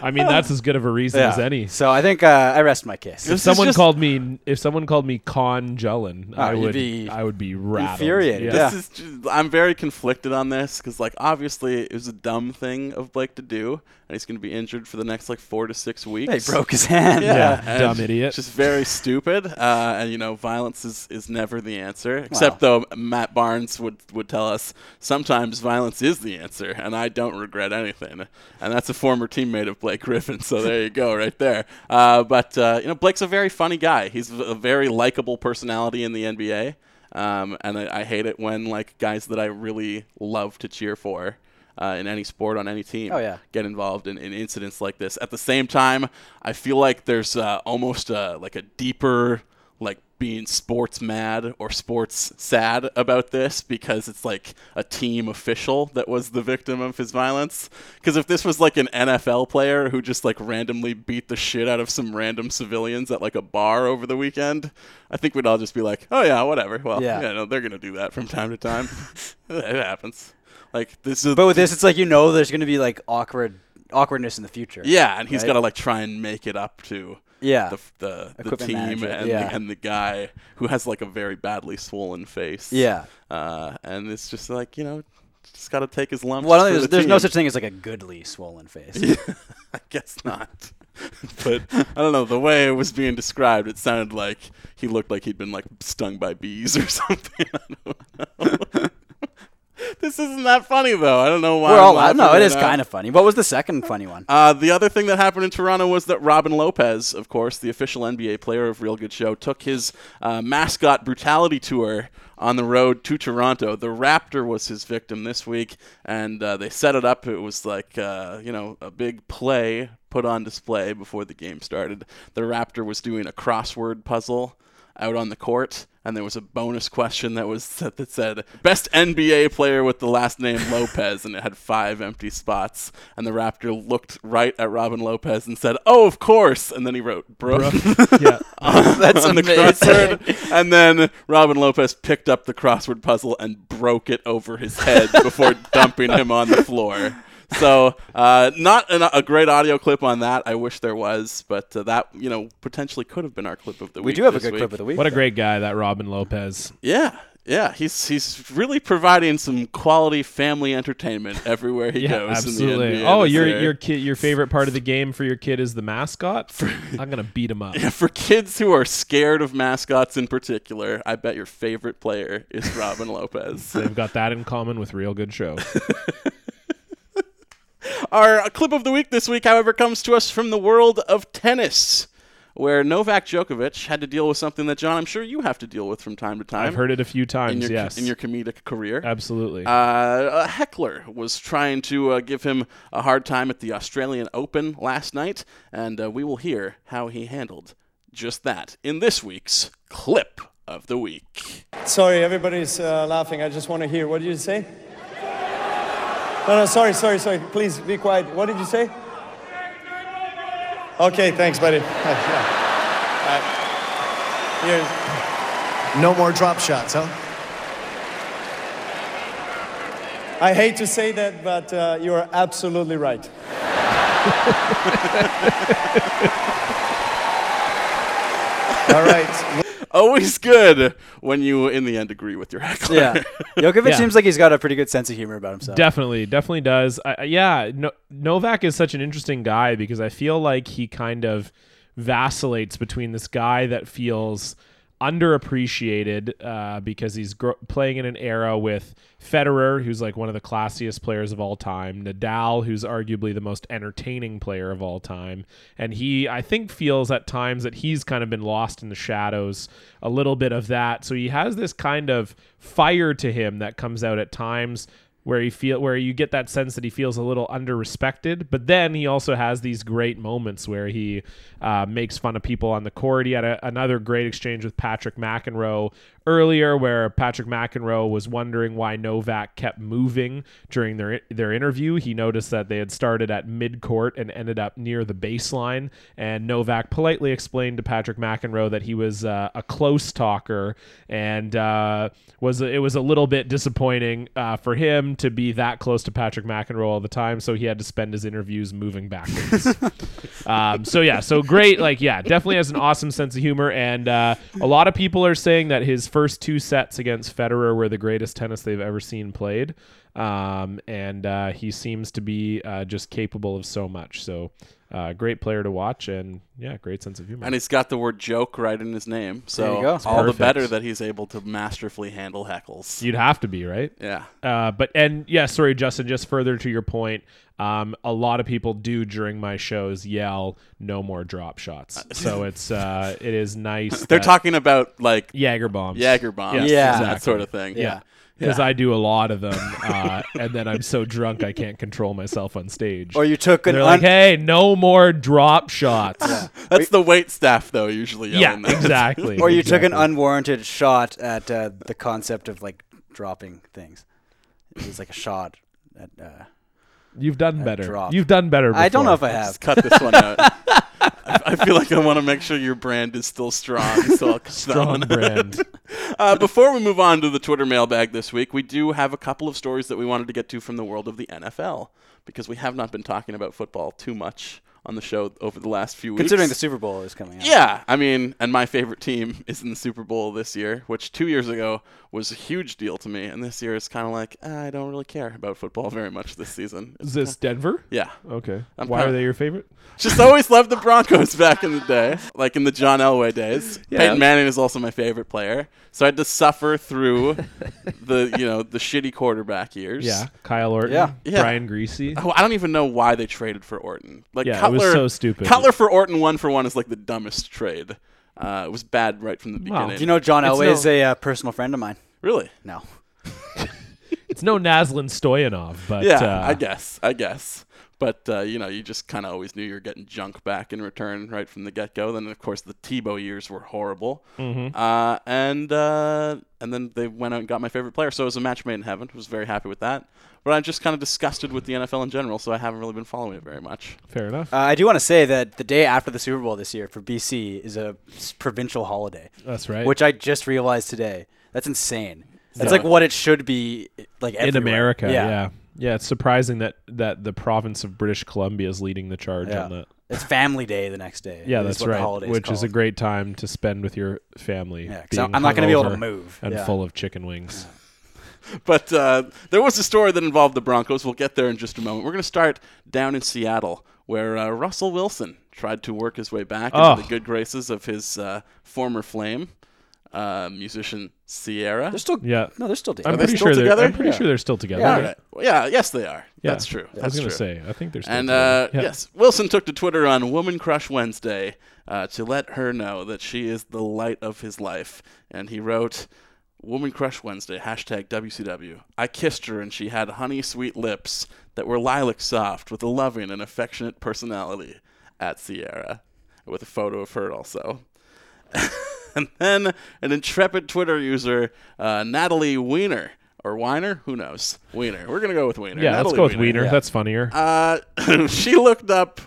C: I mean, that's as good of a reason as any.
D: So I think uh, I rest my case.
C: If
A: is
C: someone
A: just-
C: called me, if someone called me Con Jellin,
D: Ah,
C: I
D: you'd
C: would,
D: be
C: I would be rattled.
D: infuriated.
C: Yeah.
D: Yeah.
A: This is ju- I'm very conflicted on this because, like, obviously it was a dumb thing of Blake to do, and he's going to be injured for the next like four to six weeks.
D: He broke his hand.
C: Yeah,
A: and
C: dumb
A: it's
C: idiot.
A: Just very stupid. Uh, and you know, violence is, is never the answer. Except though Matt Barnes would, would tell us sometimes violence is the answer, and I don't regret anything. And that's a former teammate of Blake Griffin, so there you go, right there. Uh, but uh, you know, Blake's a very funny guy. He's a very likable personality in the NBA. Um, and I, I hate it when like guys that I really love to cheer for uh, in any sport on any team
D: Oh, yeah.
A: get involved in, in incidents like this. At the same time, I feel like there's uh, almost uh like a deeper like being sports mad or sports sad about this because it's like a team official that was the victim of his violence. Because if this was like an NFL player who just like randomly beat the shit out of some random civilians at like a bar over the weekend, I think we'd all just be like, oh yeah, whatever. Well, yeah,
D: Yeah.
A: no, they're gonna do that from time to time. it happens. Like this is
D: But with this, it's like you know there's going to be like awkward awkwardness in the future.
A: yeah, and he's
D: right?
A: got to like try and make it up to
D: Yeah.
A: the the, the
D: Equipment
A: team
D: manager,
A: and,
D: yeah.
A: the, and the guy who has like a very badly swollen face.
D: Yeah.
A: uh, and it's just like you know, just got to take his lumps.
D: Well,
A: for
D: I don't
A: the
D: think there's, there's no
A: team.
D: such thing as like a goodly swollen face.
A: I guess not. but I don't know the way it was being described. It sounded like he looked like he'd been like stung by bees or something. I don't know. this isn't that funny though. I don't know why.
D: We're
A: I'm
D: all
A: laughing
D: no,
A: right
D: it is
A: now.
D: kind of funny. What was the second funny one?
A: Uh, the other thing that happened in Toronto was that Robin Lopez, of course, the official NBA player of Real Good Show, took his uh, mascot brutality tour on the road to Toronto. The Raptor was his victim this week, and uh, they set it up. It was like, uh, you know, a big play put on display before the game started. The Raptor was doing a crossword puzzle out on the court. and there was a bonus question that was that, that said best NBA player with the last name Lopez, and it had five empty spots. And the Raptor looked right at Robin Lopez and said, "Oh, of course." And then he wrote Brooke.
C: yeah.
A: That's on the
D: Oh, amazing.
A: crossword, and then Robin Lopez picked up the crossword puzzle and broke it over his head before dumping him on the floor. So, uh, not an, a great audio clip on that. I wish there was, but uh, that you know potentially could have been our clip of the
D: We
A: week.
D: do have a
A: this
D: good
A: week.
D: clip of the week.
C: What a great guy that Robin Lopez.
A: Yeah, yeah, he's he's really providing some quality family entertainment everywhere he
C: Yeah,
A: goes. In the
C: absolutely.
A: NBA
C: Oh,
A: this
C: your
A: year.
C: your kid, your favorite part of the game for your kid is the mascot. I'm gonna beat him up.
A: for kids who are scared of mascots in particular, I bet your favorite player is Robin Lopez.
C: They've got that in common with real good show.
A: Our clip of the week this week, however, comes to us from the world of tennis, where Novak Djokovic had to deal with something that, John, I'm sure you have to deal with from time to time.
C: I've heard it a few times.
A: in your,
C: yes,
A: in your comedic career.
C: absolutely.
A: Uh, a heckler was trying to uh, give him a hard time at the Australian Open last night, and uh, we will hear how he handled just that in this week's clip of the week.
J: Sorry, everybody's uh, laughing. I just want to hear. What did you say? No, no, sorry, sorry, sorry. Please be quiet. What did you say? Okay, thanks, buddy. Uh, Alright. Here's- No more drop shots, huh? I hate to say that, but uh, you are absolutely right. All right.
A: Always good when you, in the end, agree with your heckler.
D: Yeah, Jokovic
C: Yeah.
D: seems like he's got a pretty good sense of humor about himself.
C: Definitely, definitely does. I, I- yeah, no, Novak is such an interesting guy because I feel like he kind of vacillates between this guy that feels underappreciated uh, because he's gr- playing in an era with Federer, who's like one of the classiest players of all time, Nadal, who's arguably the most entertaining player of all time, and he, I think, feels at times that he's kind of been lost in the shadows a little bit of that. So he has this kind of fire to him that comes out at times where he feel where you get that sense that he feels a little under-respected but then he also has these great moments where he uh, makes fun of people on the court he had a, another great exchange with patrick mcenroe earlier where patrick mcenroe was wondering why novak kept moving during their their interview he noticed that they had started at mid-court and ended up near the baseline and novak politely explained to patrick mcenroe that he was uh, a close talker and uh, was it was a little bit disappointing uh, for him to be that close to Patrick McEnroe all the time, so he had to spend his interviews moving backwards. um, so yeah, so great, like yeah, definitely has an awesome sense of humor, and uh, a lot of people are saying that his first two sets against Federer were the greatest tennis they've ever seen played, um, and uh, he seems to be uh, just capable of so much. So. Uh, great player to watch, and yeah, great sense of humor.
A: And he's got the word joke right in his name. So
D: you go.
A: it's all
C: Perfect.
A: the better that he's able to masterfully handle heckles.
C: You'd have to be right.
A: yeah.
C: Uh, but and yeah, sorry, Justin. Just further to your point, um, a lot of people do during my shows yell "No more drop shots." So it's uh, it is nice.
A: They're
C: that-
A: talking about like
C: Jagger bombs.
A: Jagger bombs,
C: Yes,
D: Yeah.
A: that sort of thing.
C: Yeah. Because I do a lot of them, uh, and then I'm so drunk I can't control myself on stage.
D: Or you took an
C: They're like,
D: un-
C: "Hey, no more drop shots."
A: That's the wait staff though, usually
C: yeah,
A: yelling that.
C: exactly.
D: or you took an
C: exactly.
D: unwarranted shot at uh, the concept of like dropping things. It was like a shot. At, uh,
C: You've done better.
D: drop.
C: You've done better.
D: I don't know if
C: before.
D: I have.
A: Just cut this one out. I, I feel like I want to make sure your brand is still strong. So I'll cut that
C: strong
A: one out.
C: brand.
A: Uh, before we move on to the Twitter mailbag this week, we do have a couple of stories that we wanted to get to from the world of the NFL because we have not been talking about football too much on the show over the last few weeks.
D: Considering the Super Bowl is coming up.
A: Yeah, I mean, and my favorite team is in the Super Bowl this year, which two years ago was a huge deal to me, and this year is kind of like "Ah, I don't really care about football very much this season.
C: Is this Denver?
A: Yeah,
C: Okay.
A: I'm
C: Why
A: proud-
C: are they your favorite?
A: just always loved the Broncos back in the day, like in the John Elway days. Peyton Manning is also my favorite player, so I had to suffer through the you know the shitty quarterback years.
C: Yeah, Kyle Orton.
D: Yeah.
A: Yeah.
C: Brian Greasy.
A: Oh, I don't even know why they traded for Orton. Like
C: Yeah, it
A: Cutler,
C: was so stupid.
A: Cutler for Orton one for one is like the dumbest trade. Uh, it was bad right from the
C: Wow.
A: beginning.
D: Do you know John
C: It's
D: Elway
C: no-
D: is a uh, personal friend of mine?
A: really?
D: No.
C: It's no Naslin Stoyanov, but
A: Yeah,
C: uh,
A: I guess. I guess. But uh, you know, you just kind of always knew you were getting junk back in return right from the get go. Then of course the Tebow years were horrible,
C: Mm-hmm.
A: uh, and uh, and then they went out and got my favorite player. So it was a match made in heaven. I was very happy with that. But I'm just kind of disgusted with the NFL in general, so I haven't really been following it very much.
C: Fair enough.
D: Uh, I do want to say that the day after the Super Bowl this year for BC is a s- provincial holiday.
C: That's right.
D: Which I just realized today. That's insane. That's
A: Yeah.
D: like what it should be like
C: in
D: everywhere.
C: America, yeah. yeah. it's surprising that that the province of British Columbia is leading the charge
D: Yeah.
C: on that.
D: It's Family Day the next day.
C: Yeah,
D: is
C: that's
D: what the
C: right.
D: holiday
C: which is a
D: called.
C: great time to spend with your family.
D: Yeah, 'cause
C: being
D: I'm- I'm not gonna be able to
C: hungover
D: move.
C: And
D: Yeah.
C: full of chicken wings.
A: But uh, there was a story that involved the Broncos. We'll get there in just a moment. We're going to start down in Seattle, where uh, Russell Wilson tried to work his way back into
C: Oh.
A: the good graces of his uh, former flame, uh, musician Sierra.
D: They're still
C: Yeah.
D: no, they're still dating.
C: I'm pretty
A: still
C: sure they're.
A: together?
C: I'm pretty
A: Yeah.
C: sure they're still together.
A: All right. Well, yeah, yes, they are.
C: Yeah.
A: That's true.
C: I was
A: That's
C: gonna
A: true.
C: say. I think they're still
A: And uh,
C: together. Yeah.
A: yes, Wilson took to Twitter on Woman Crush Wednesday uh, to let her know that she is the light of his life. And he wrote, Woman Crush Wednesday, hashtag WCW. I kissed her and she had honey sweet lips that were lilac soft with a loving and affectionate personality at Sierra, with a photo of her also. And then an intrepid Twitter user, uh, Natalie Weiner, or Weiner, who knows? Weiner. We're going to go with Weiner.
C: Yeah, let's
A: Natalie
C: go with Wiener.
A: Yeah.
C: That's funnier.
A: Uh, she looked up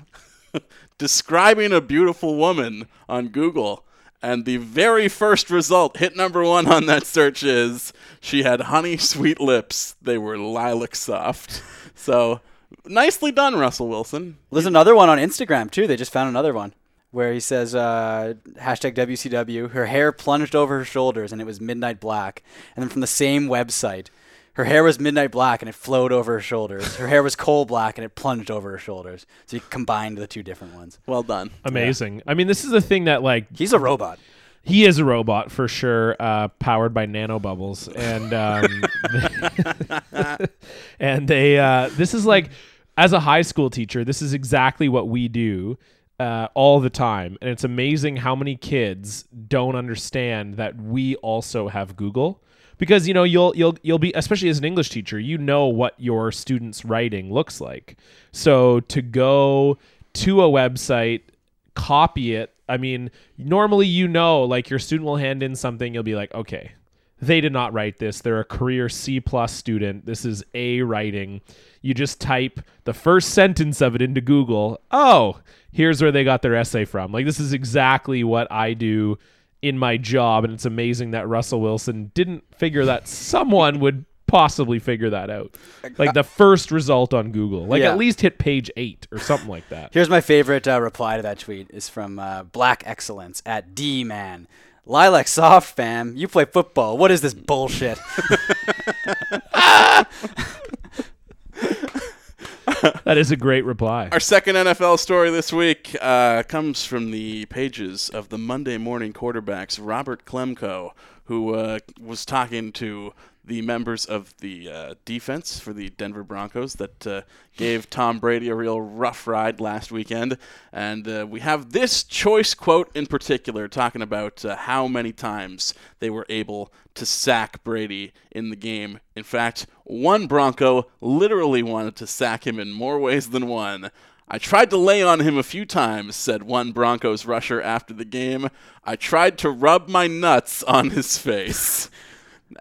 A: describing a beautiful woman on Google, and the very first result, hit number one on that search, is she had honey sweet lips. They were lilac soft. So nicely done, Russell Wilson.
D: Well, There's another one on Instagram too. They just found another one where he says uh, hashtag WCW. Her hair plunged over her shoulders and it was midnight black. And then from the same website, her hair was midnight black and it flowed over her shoulders. Her hair was coal black and it plunged over her shoulders. So you combined the two different ones.
A: Well done.
C: Amazing. I mean, this is the thing that like
D: He's a robot.
C: he is a robot for sure, uh, powered by nanobubbles, and um, and they uh, this is like as a high school teacher, this is exactly what we do uh, all the time, and it's amazing how many kids don't understand that we also have Google. Because you know you'll you'll you'll be especially as an English teacher you know what your students writing looks like, so to go to a website copy it. I mean, normally you know, like your student will hand in something, you'll be like, okay, they did not write this. They're a career C plus student. This is A writing. You just type the first sentence of it into Google. Oh, here's where they got their essay from. Like this is exactly what I do in my job, and it's amazing that Russell Wilson didn't figure that someone would possibly figure that out. Like the first result on Google. Like
D: Yeah.
C: at least hit page eight or something like that.
D: Here's my favorite uh, reply to that tweet is from uh, Black Excellence at D Man. Lilac soft fam, you play football. What is this bullshit?
C: That is a great reply.
A: Our second NFL story this week uh, comes from the pages of the Monday Morning Quarterbacks, Robert Klemko, who uh, was talking to the members of the uh, defense for the Denver Broncos that uh, gave Tom Brady a real rough ride last weekend. And uh, we have this choice quote in particular talking about uh, how many times they were able to sack Brady in the game. In fact, one Bronco literally wanted to sack him in more ways than one. I tried to lay on him a few times, said one Broncos rusher after the game. I tried to rub my nuts on his face.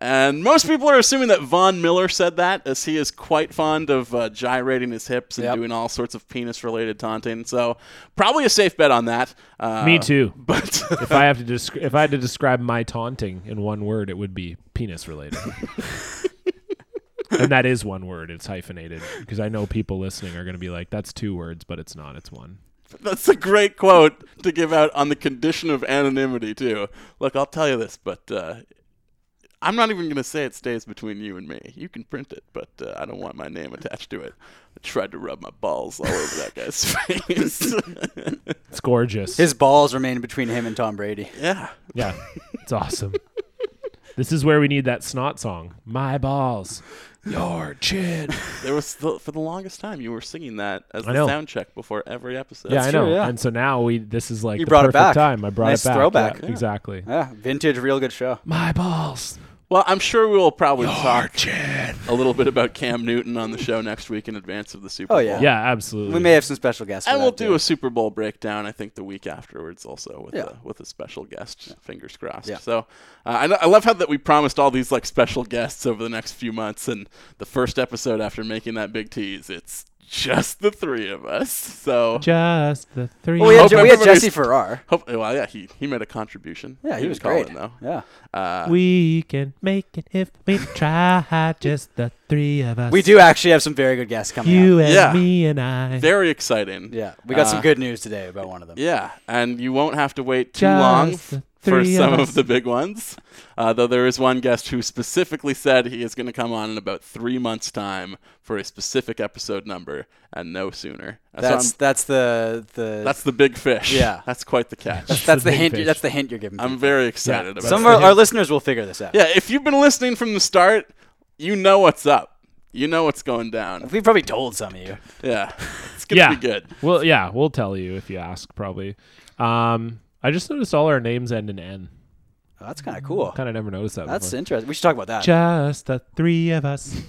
A: And most people are assuming that Von Miller said that, as he is quite fond of uh, gyrating his hips and
D: Yep.
A: doing all sorts of penis related taunting. So, probably a safe bet on that. Uh,
D: Um,
C: Me too.
A: But
C: If I have to desc- if I had to describe my taunting in one word, it would be penis related. and that is one word. It's hyphenated because I know people listening are going to be like, "That's two words," but it's not. It's one.
A: That's a great quote to give out on the condition of anonymity, too. Look, I'll tell you this, but uh, I'm not even going to say it stays between you and me. You can print it, but uh, I don't want my name attached to it. I tried to rub my balls all over that guy's face.
C: It's gorgeous.
D: His balls remain between him and Tom Brady.
A: yeah.
C: yeah, it's awesome. This is where we need that snot song. My balls, your chin.
A: There was the, for the longest time you were singing that as
C: I
A: the
C: know.
A: sound check before every episode.
C: yeah, I know.
D: true, yeah.
C: And so now we this is like
D: You
C: the
D: brought it
C: perfect
D: back.
C: time. I brought
D: Nice
C: it back.
D: throwback.
C: Yeah, Exactly.
D: Yeah, vintage, real good show.
C: My balls,
A: Well, I'm sure we will probably talk a little bit about Cam Newton on the show next week in advance of the Super
D: Oh,
A: Bowl.
D: yeah.
C: Yeah, absolutely.
D: We may have some special guests. for
A: And we'll
D: that,
A: do
D: too.
A: a Super Bowl breakdown, I think, the week afterwards, also with
D: Yeah.
A: a, with a special guest. Fingers crossed.
D: Yeah.
A: So uh, I, lo- I love how that we promised all these like special guests over the next few months, and the first episode after making that big tease, it's just the three of us. So
C: Just the three.
D: Well, Oh, we had,
A: Hope
D: Je- we had
A: everybody's-
D: Jesse Farrar.
A: hope, well, yeah, he he made a contribution.
D: Yeah, he, was
A: calling,
D: great.
A: though.
D: Yeah,
A: Uh,
C: We can make it if we try. Just the three of us.
D: we do actually have some very good guests coming.
C: You
D: up.
C: and
A: Yeah.
C: me and I.
A: very exciting.
D: Yeah, we got
A: Uh,
D: some good news today about one of them.
A: Yeah, and you won't have to wait too
C: Just
A: long
C: the
A: f- for
C: three of
A: some of
C: us.
A: the big ones. Uh, though there is one guest who specifically said he is going to come on in about three months' time for a specific episode number, and no sooner. And so I'm-
D: That's that's the the
A: that's the big fish.
D: Yeah.
A: that's quite the catch.
D: that's the
C: big
D: hint.
C: fish.
D: That's the hint you're giving.
A: I'm
D: people.
A: very excited about
D: Some of
A: that.
D: our, our listeners will figure this out.
A: yeah, if you've been listening from the start, you know what's up. You know what's going down.
D: we probably told some of you.
A: Yeah, it's gonna
C: yeah.
A: be good.
C: Well, yeah, we'll tell you if you ask, probably. Um, I just noticed all our names end in N.
D: Oh, that's kind of cool.
C: Kind of never noticed that.
D: That's
C: before.
D: interesting. We should talk about that.
C: Just the three of us.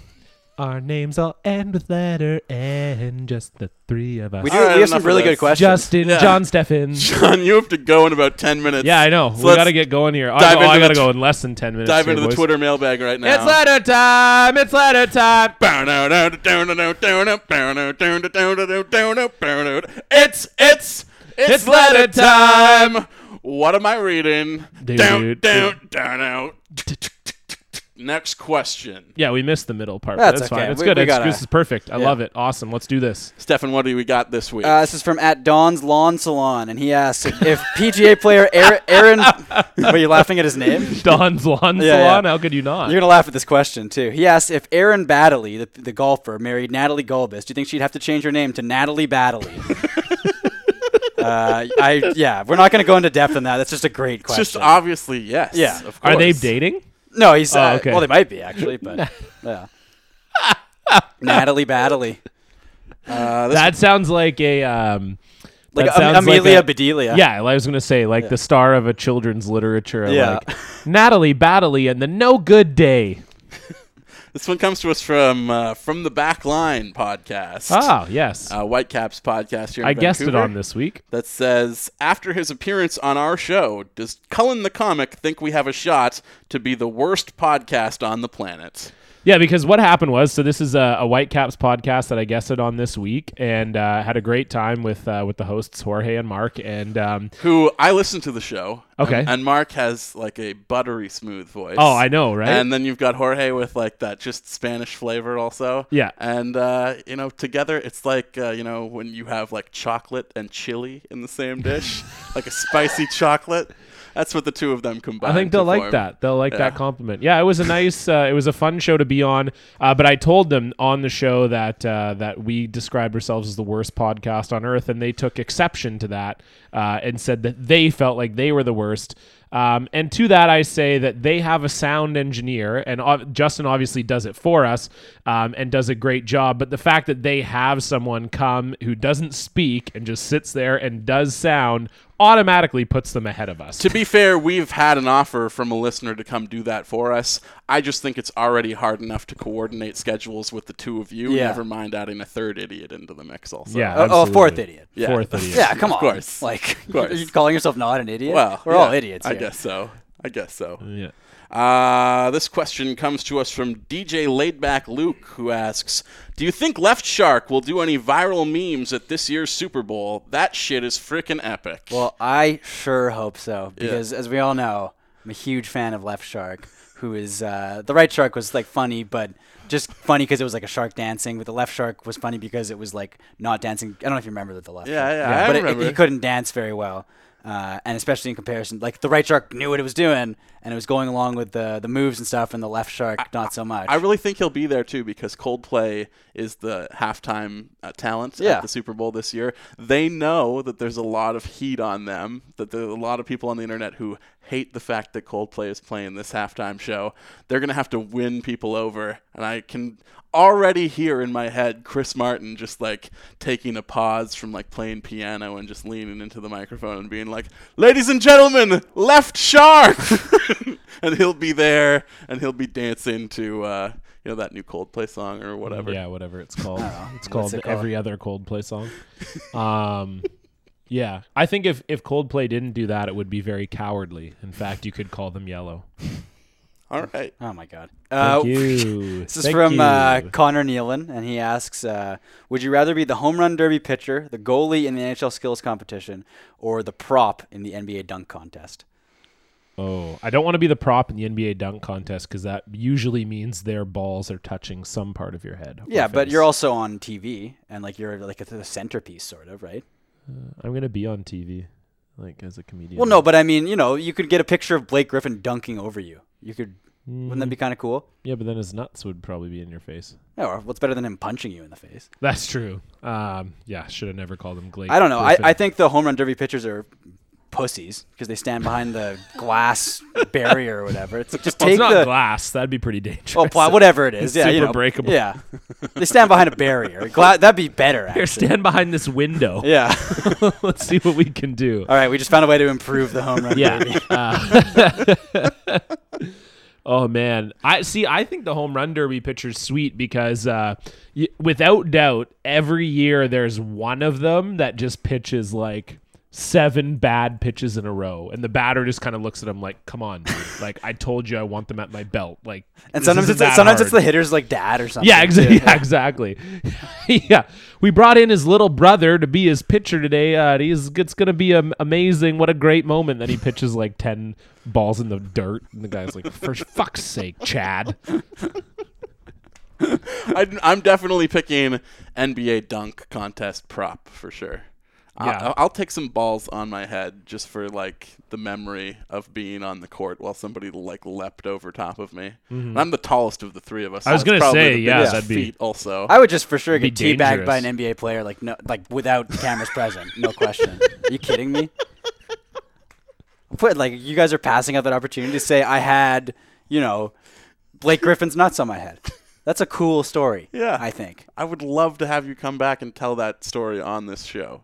C: Our names all end with letter N. Just the three of us.
D: we do.
A: All right,
D: we have some
A: enough of
D: really
A: this.
D: good questions.
C: Justin,
A: Yeah.
C: John, Stefan.
A: John, you have to go in about ten minutes.
C: Yeah, I know.
A: So
C: we
A: let's
C: got to get going here. I,
A: dive
C: oh,
A: into
C: I
A: the
C: got to
A: tw-
C: go in less than 10 minutes.
A: dive
C: here,
A: into the
C: boys.
A: Twitter mailbag right now.
C: It's letter time. It's letter time.
A: It's it's it's
C: It's
A: letter
C: letter
A: time. What am I reading?
C: Dude,
A: Down
C: dude.
A: down down out. Next question,
C: Yeah, we missed the middle part. but
D: That's
C: That's, fine.
D: okay.
C: It's
D: We-
C: good.
D: we
C: It's-
D: gotta-
C: this is perfect. I
D: Yeah.
C: love it. Awesome. Let's do this.
A: Stefan. What do we got this week?
D: Uh, this is from at Dawn's Lawn Salon, and he asks if, if PGA player Aaron. Aaron are you laughing at his name?
C: Don's Lawn
D: Yeah, yeah.
C: Salon. How could you not?
D: You're gonna laugh at this question too. He asked if Aaron Baddeley, the, the golfer, married Natalie Gulbis. Do you think she'd have to change her name to Natalie Baddeley? uh, I yeah, we're not gonna go into depth on that. That's just a great
A: it's
D: question.
A: just obviously yes.
D: Yeah.
A: of
C: Are they
A: course.
C: dating?
D: no, he's uh,
C: Oh, okay.
D: well, they might be actually, but yeah. Natalie Baddeley,
C: That sounds like a. Um,
D: like
C: that
D: Am-
C: sounds like
D: Amelia
C: a-
D: Bedelia.
C: Yeah, I was gonna say like the star of a children's literature,
D: Yeah.
C: like Natalie Baddeley and the No Good Day.
A: This one comes to us from uh, from the Backline podcast.
C: Ah, yes,
A: Uh, Whitecaps podcast here. In
C: I guessed it
A: Vancouver.
C: on this week.
A: that says after his appearance on our show does cullen the comic think we have a shot to be the worst podcast on the planet
C: Yeah, because what happened was, so this is a, a Whitecaps podcast that I guessed it on this week, and uh, had a great time with uh, with the hosts Jorge and Mark, and um,
A: who i listen to the show
C: Okay.
A: and, and mark has like a buttery smooth voice
C: oh, I know, right?
A: and then you've got jorge with like that just spanish flavor also
C: Yeah.
A: and uh, you know together it's like uh, you know when you have like chocolate and chili in the same dish like a spicy chocolate that's what the two of them combine
C: I think they'll
A: to
C: like
A: form.
C: that. They'll like that
A: Yeah.
C: compliment. Yeah, it was a nice, uh, it was a fun show to be on. Uh, but I told them on the show that uh, that we described ourselves as the worst podcast on earth, and they took exception to that uh, and said that they felt like they were the worst. Um, and to that, I say that they have a sound engineer, and ob- Justin obviously does it for us um, and does a great job. But the fact that they have someone come who doesn't speak and just sits there and does sound automatically puts them ahead of us.
A: to be fair, we've had an offer from a listener to come do that for us. I just think it's already hard enough to coordinate schedules with the two of you.
D: Yeah.
A: Never mind adding a third idiot into the mix also.
C: Yeah.
D: Oh, oh,
C: absolutely.
D: fourth idiot.
A: Yeah.
C: Fourth idiot.
D: Yeah, come
A: Of
D: on.
A: course.
D: Like,
A: course.
D: you're calling yourself not an idiot?
A: Well,
D: we're
A: yeah,
D: all idiots.
A: I
D: here.
A: guess so. I guess so.
C: Yeah.
A: Uh, this question comes to us from DJ Laidback Luke, who asks Do you think Left Shark will do any viral memes at this year's Super Bowl? That shit is freaking epic.
D: Well, I sure hope so because, as we all know, I'm a huge fan of Left Shark. Who is uh, the right shark was like funny, but just funny because it was like a shark dancing. But the left shark was funny because it was like not dancing. I don't know if you remember the left.
A: Yeah,
D: shark.
A: yeah, I
D: but
A: remember.
D: It, he couldn't dance very well, uh, and especially in comparison, like the right shark knew what it was doing and it was going along with the the moves and stuff, and the left shark not so much.
A: I really think he'll be there too because Coldplay is the halftime uh, talent
D: Yeah.
A: at the Super Bowl this year. They know that there's a lot of heat on them, that there are a lot of people on the internet who hate the fact that Coldplay is playing this halftime show. They're going to have to win people over. And I can already hear in my head Chris Martin just like taking a pause from like playing piano and just leaning into the microphone and being like, Ladies and gentlemen, left shark! and he'll be there, and he'll be dancing to uh, you know that new Coldplay song or whatever.
C: Yeah, whatever it's called. It's
D: What's
C: called,
D: it
C: every other Coldplay song. Um, yeah, I think if if Coldplay didn't do that, it would be very cowardly. In fact, you could call them yellow.
A: All right.
D: Oh my god. Uh,
C: Thank you.
D: This is
C: Thank
D: from uh,
C: you.
D: Connor Nealon, and he asks, uh, "Would you rather be the home run derby pitcher, the goalie in the NHL skills competition, or the prop in the NBA dunk contest?"
C: Oh, I don't want to be the prop in the NBA dunk contest because that usually means their balls are touching some part of your head. or
D: Yeah, but
C: face.
D: you're also on TV, and like you're like the centerpiece, sort of, right?
C: I'm gonna be on TV, like as a comedian.
D: Well, no, but I mean, you know, you could get a picture of Blake Griffin dunking over you. You could,
C: Mm-hmm.
D: wouldn't that be kind of cool?
C: yeah, but then his nuts would probably be in your face.
D: Yeah, or what's better than him punching you in the face?
C: That's true. Um, yeah, should have never called him Glade.
D: I don't know. I,
C: Griffin.
D: I think the home run derby pitchers are pussies because they stand behind the glass barrier or whatever. It's like just
C: Well,
D: take
C: it's not
D: the
C: glass. That'd be pretty dangerous.
D: oh, pl- whatever it is.
C: It's
D: yeah, you
C: super
D: know,
C: breakable.
D: Yeah, they stand behind a barrier. Gla- that'd be better.
C: Here,
D: Actually.
C: stand behind this window.
D: Yeah.
C: Let's see what we can do.
D: All right, we just found a way to improve the home run derby.
C: Yeah. Uh, oh man, I see. I think the home run derby pitcher's sweet because, uh, y- without doubt, every year there's one of them that just pitches like seven bad pitches in a row, and the batter just kind of looks at him like, "Come on, dude. like I told you, I want them at my belt." Like,
D: And
C: this
D: sometimes
C: isn't
D: it's like,
C: that
D: sometimes it's
C: hard.
D: the hitter's like dad or something.
C: Yeah, exactly.
D: too.
C: Yeah, exactly. yeah, we brought in his little brother to be his pitcher today. Uh, and he's it's gonna be am- amazing. What a great moment! Then he pitches like ten balls in the dirt, and the guy's like, "For fuck's sake, Chad!"
A: I, I'm definitely picking NBA dunk contest prop for sure.
C: Yeah.
A: I'll, I'll take some balls on my head just for like the memory of being on the court while somebody like leapt over top of me. And I'm the tallest of the three of us.
C: Mm-hmm. I was
A: That's
C: gonna
A: probably
C: say,
A: the
C: yeah,
A: biggest
C: that'd be-
A: feat also.
D: I would just for sure get
C: Be
D: teabagged by an
C: dangerous.
D: NBA player, like no, like without cameras present, no question. Are you kidding me? Put like you guys are passing up that opportunity to say I had, you know, Blake Griffin's nuts on my head. That's a cool story.
A: Yeah.
D: I think.
A: I would love to have you come back and tell that story on this show.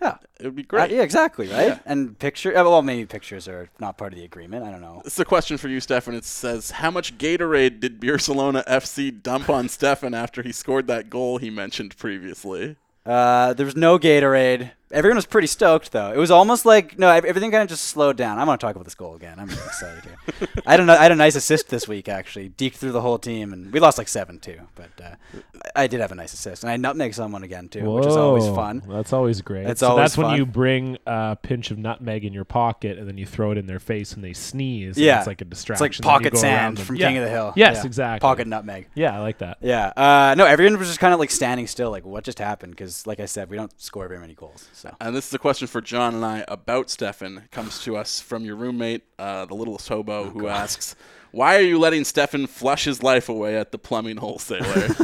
D: Yeah,
A: It would be
D: Uh,
A: great.
D: yeah, exactly, right. And picture, uh, well, maybe pictures are not part of the agreement. I don't know.
A: This is a question for you, Stefan. It says, "How much Gatorade did Barcelona FC dump on Stefan after he scored that goal he mentioned previously?"
D: Uh, there was no Gatorade. Everyone was pretty stoked, though. It was almost like no, ev- everything kind of just slowed down. I want to talk about this goal again. I'm really excited here. I don't know. I had a nice assist this week, actually. Deked through the whole team, and we lost like seven two. But uh, I I did have a nice assist, and I nutmeg someone again too, which is always
C: Whoa,
D: fun.
C: That's always great.
D: It's
C: So
D: always
C: that's
D: fun.
C: when you bring a pinch of nutmeg in your pocket, and then you throw it in their face, and they sneeze. and
D: Yeah,
C: it's like a distraction.
D: It's
C: Then
D: like
C: you
D: pocket
C: go around
D: sand
C: them.
D: from
C: Yeah.
D: King of the Hill.
C: Yes,
D: Yeah.
C: exactly.
D: Pocket nutmeg.
C: Yeah, I like that.
D: Yeah. Uh, no, everyone was just kind of like standing still, like what just happened? Because, like I said, we don't score very many goals. So
A: And this is a question for John and I about Stefan. It comes to us from your roommate, uh, the littlest
C: Oh,
A: hobo, who asks, "Why are you letting Stefan flush his life away at the plumbing wholesaler?"